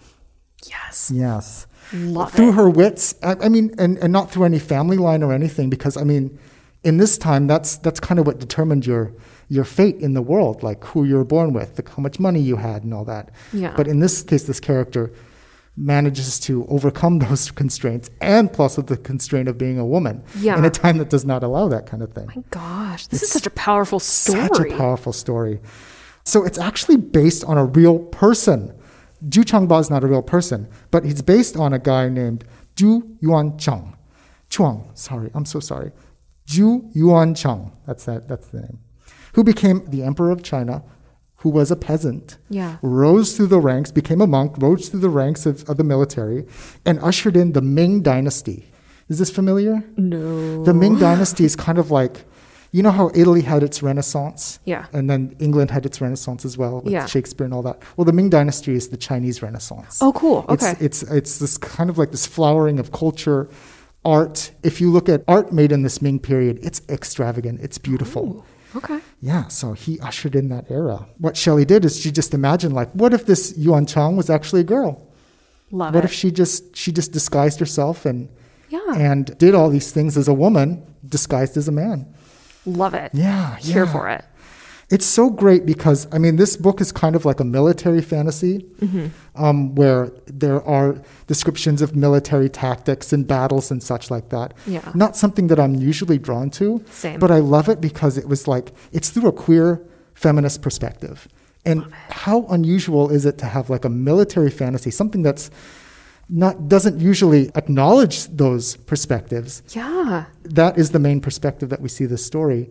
S1: Yes.
S2: Yes.
S1: Love
S2: through
S1: it.
S2: her wits, I, I mean, and, and not through any family line or anything, because I mean, in this time, that's that's kind of what determined your your fate in the world, like who you were born with, like how much money you had, and all that.
S1: Yeah.
S2: But in this case, this character manages to overcome (laughs) those constraints, and plus with the constraint of being a woman
S1: Yeah.
S2: in a time that does not allow that kind of thing.
S1: My gosh. This is such a powerful story.
S2: Such a powerful story. So it's actually based on a real person. Ju Changba is not a real person, but it's based on a guy named Ju Yuan Chang. Chuang, sorry, I'm so sorry. Ju Yuan Chang, that's, that, that's the name, who became the emperor of China, who was a peasant,
S1: Yeah.
S2: rose through the ranks, became a monk, rose through the ranks of, of the military, and ushered in the Ming dynasty. Is this familiar?
S1: Mm, no.
S2: The Ming Dynasty is kind of like, you know how Italy had its Renaissance?
S1: Yeah.
S2: And then England had its Renaissance as well with
S1: Yeah.
S2: Shakespeare and all that. Well, the Ming Dynasty is the Chinese Renaissance.
S1: Oh, cool. Okay.
S2: It's, it's, it's this kind of like this flowering of culture, art. If you look at art made in this Ming period, it's extravagant, it's beautiful.
S1: okay.
S2: Yeah, so he ushered in that era. What Shelley did is she just imagined, like, what if this Yuan Chang was actually a girl?
S1: Love
S2: what
S1: it.
S2: if she just she just disguised herself and
S1: Yeah.
S2: and did all these things as a woman disguised as a man
S1: Love it.
S2: yeah
S1: Here
S2: yeah.
S1: for it.
S2: it's so great because i mean this book is kind of like a military fantasy
S1: Mm-hmm.
S2: um, where there are descriptions of military tactics and battles and such like that
S1: Yeah.
S2: not something that i'm usually drawn to
S1: Same.
S2: but i love it because it was like it's through a queer feminist perspective and how unusual is it to have like a military fantasy something that's not doesn't usually acknowledge those perspectives
S1: Yeah.
S2: that is the main perspective that we see this story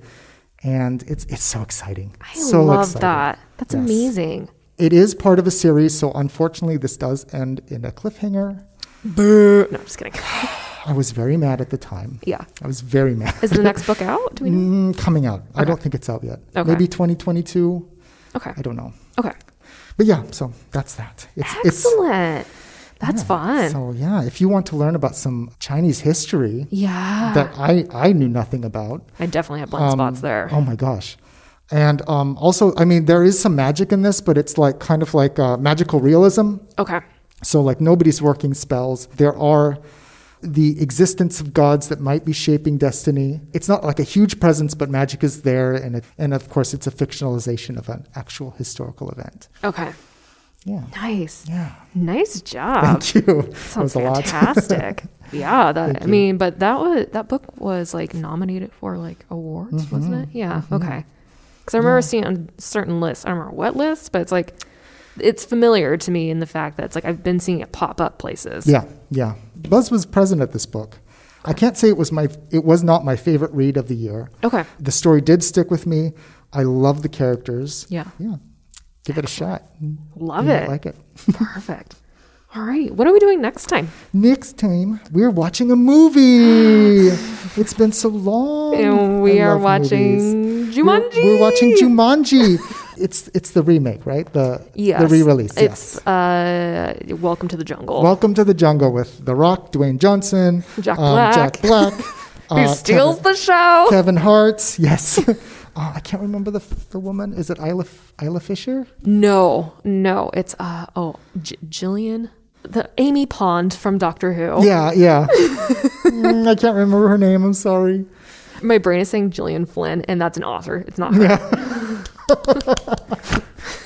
S2: and it's it's so exciting
S1: I
S2: so
S1: love
S2: exciting.
S1: that. That's
S2: Yes.
S1: amazing.
S2: it is part of a series so unfortunately this does end in a cliffhanger
S1: Boo. No, I'm just kidding.
S2: i was very mad at the time
S1: Yeah.
S2: i was very mad
S1: Is the next book out? Do we know?
S2: Mm, coming out i don't think it's out yet
S1: Okay.
S2: maybe 2022
S1: Okay.
S2: i don't know
S1: Okay.
S2: but yeah so that's that it's
S1: Excellent. That's fun.
S2: it's so yeah if you want to learn about some chinese history
S1: yeah.
S2: that i i knew nothing about
S1: I definitely have blind spots
S2: Um,
S1: there.
S2: Oh my gosh. And um, also, I mean, there is some magic in this, but it's like kind of like uh, magical realism.
S1: Okay.
S2: So, like, nobody's working spells. There are the existence of gods that might be shaping destiny. It's not like a huge presence, but magic is there. And, it, and of course, it's a fictionalization of an actual historical event.
S1: Okay.
S2: Yeah.
S1: Nice.
S2: Yeah.
S1: Nice job.
S2: Thank you. (laughs) That
S1: Sounds
S2: was a lot. (laughs)
S1: fantastic. yeah, that I mean, but that was that book was like nominated for like awards, wasn't
S2: Mm-hmm.
S1: it? Yeah. Okay. Because I remember seeing it on certain lists. I don't remember what list, but it's like it's familiar to me in the fact that it's like I've been seeing it pop up places.
S2: Yeah, yeah. Buzz was present at this book. I can't say it was my it was not my favorite read of the year.
S1: Okay.
S2: The story did stick with me. I love the characters.
S1: Yeah.
S2: Yeah. Give it a shot. You
S1: Love
S2: might
S1: it.
S2: like it.
S1: Perfect. All right. What are we doing next time?
S2: Next time we're watching
S1: (gasps)
S2: a movie. it's been so long.
S1: And we
S2: I
S1: are
S2: love movies.
S1: watching Jumanji.
S2: We're, we're watching Jumanji. it's it's the remake, right? The
S1: Yes.
S2: the re-release. yes.
S1: It's uh, Welcome to the Jungle.
S2: Welcome to the Jungle with The Rock, Dwayne Johnson, um,
S1: Jack
S2: Jack Black,
S1: (laughs)
S2: uh,
S1: Who steals the show?
S2: Kevin Hart. Yes. (laughs) uh, I can't remember the the woman. Is it Isla Isla Fisher?
S1: No, no, it's uh oh, J- Jillian, the Amy Pond from Doctor Who.
S2: Yeah, yeah. Mm, I can't remember her name. I'm sorry.
S1: My brain is saying Jillian Flynn, and that's an author. It's not her.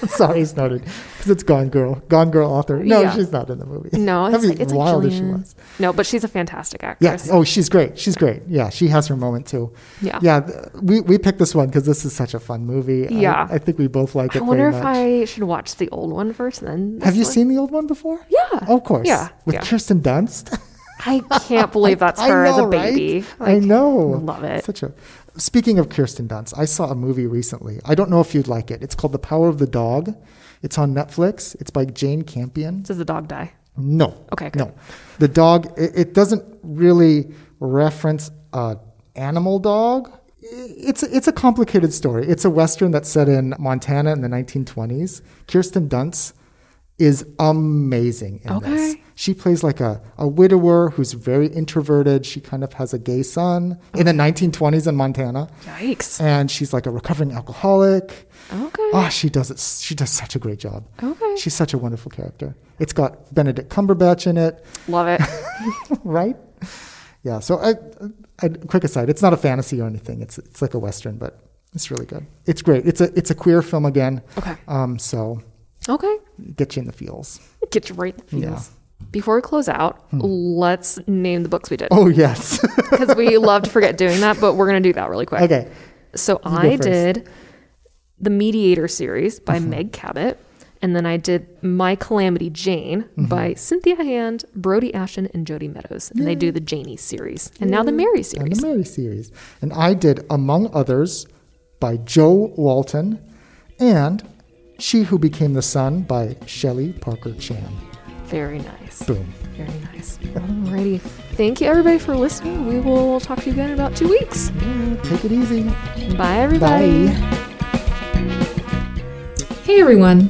S2: sorry, it's noted because it's Gone Girl. Gone Girl author. No,
S1: Yeah.
S2: she's not in the movie.
S1: No, it's
S2: That'd
S1: like,
S2: be
S1: it's
S2: wild
S1: like
S2: if she
S1: Jillian.
S2: was.
S1: No, but she's a fantastic
S2: Yeah.
S1: actress.
S2: Oh, she's great. She's great. Yeah, she has her moment too.
S1: Yeah.
S2: Yeah. th- We we picked this one because this is such a fun movie. I-
S1: Yeah.
S2: I, think we both like
S1: I
S2: it.
S1: wonder
S2: very
S1: if
S2: much.
S1: I should watch the old one first, and then
S2: Have you
S1: this
S2: seen the old one before?
S1: Yeah.
S2: Oh, of course.
S1: Yeah,
S2: With
S1: yeah.
S2: Kirsten Dunst. (laughs)
S1: one? I can't believe that's
S2: I
S1: her as
S2: know,
S1: a
S2: right?
S1: baby.
S2: I
S1: Like,
S2: know.
S1: love it.
S2: Such a. Speaking of Kirsten Dunst, I saw a movie recently. I don't know if you'd like it. It's called The Power of the Dog. It's on Netflix. It's by Jane Campion.
S1: Does the dog die?
S2: No.
S1: Okay, good.
S2: No. The dog, it, it doesn't really reference a animal dog. It's it's a complicated story. It's a western that's set in Montana in the 1920s. Kirsten Dunst is amazing in this.
S1: Okay.
S2: She plays like a, a widower who's very introverted. She kind of has a gay son in the 1920s in Montana,
S1: Yikes.
S2: and she's like a recovering alcoholic.
S1: Okay.
S2: Ah, she does it. She does such a great job.
S1: Okay.
S2: She's such a wonderful character. It's got Benedict Cumberbatch
S1: (laughs)
S2: in it,
S1: Love it.
S2: right? Yeah. So, I, I, quick aside, it's not a fantasy or anything. It's it's like a western, but it's really good. It's great. It's a it's a queer film again.
S1: Okay.
S2: Um. So,
S1: Okay.
S2: get you in the feels.
S1: Get you right in the feels. Before we close out, let's name the books we did
S2: Hmm. Oh yes. (laughs)
S1: because we love to forget doing that, but we're going to do that really quick.
S2: okay.
S1: So I
S2: first. Mm-hmm.
S1: did the Mediator series by Meg Cabot, and then I did My Calamity Jane
S2: Mm-hmm.
S1: by Cynthia Hand, Brody Ashton, and Jody Meadows, and they do the Janie series, and now the Mary
S2: And
S1: series.
S2: the Mary series, and I did among others by Joe Walton, and She Who Became the Sun by Shelley Parker Chan.
S1: Very nice.
S2: Boom.
S1: Very nice. Alrighty. Thank you everybody for listening. We will talk to you again in about two weeks.
S2: Take it easy.
S1: Bye everybody.
S2: Bye.
S3: Hey everyone!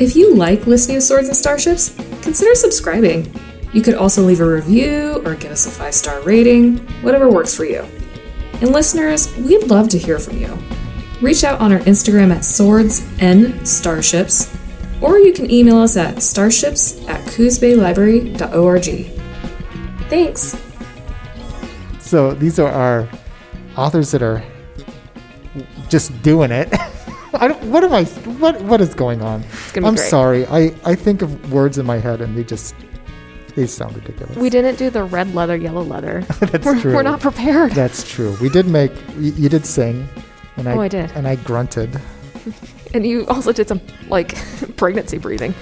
S3: If you like listening to Swords and Starships, consider subscribing. You could also leave a review or give us a five star rating, whatever works for you. And listeners, we'd love to hear from you. Reach out on our Instagram at Swords and Starships, or you can email us at starships at coosbaylibrary.org. Thanks!
S2: So these are our authors that are just doing it. (laughs) I don't, what am I? What what is going on?
S1: gonna be
S2: I'm
S1: great.
S2: sorry. I I think of words in my head and they just they sound ridiculous.
S1: We didn't do the red leather, yellow leather.
S2: (laughs) That's
S1: we're,
S2: true.
S1: we're not prepared.
S2: That's true. We did make. You, you did sing. And
S1: Oh, I did.
S2: And I grunted.
S1: And you also did some like (laughs) pregnancy breathing.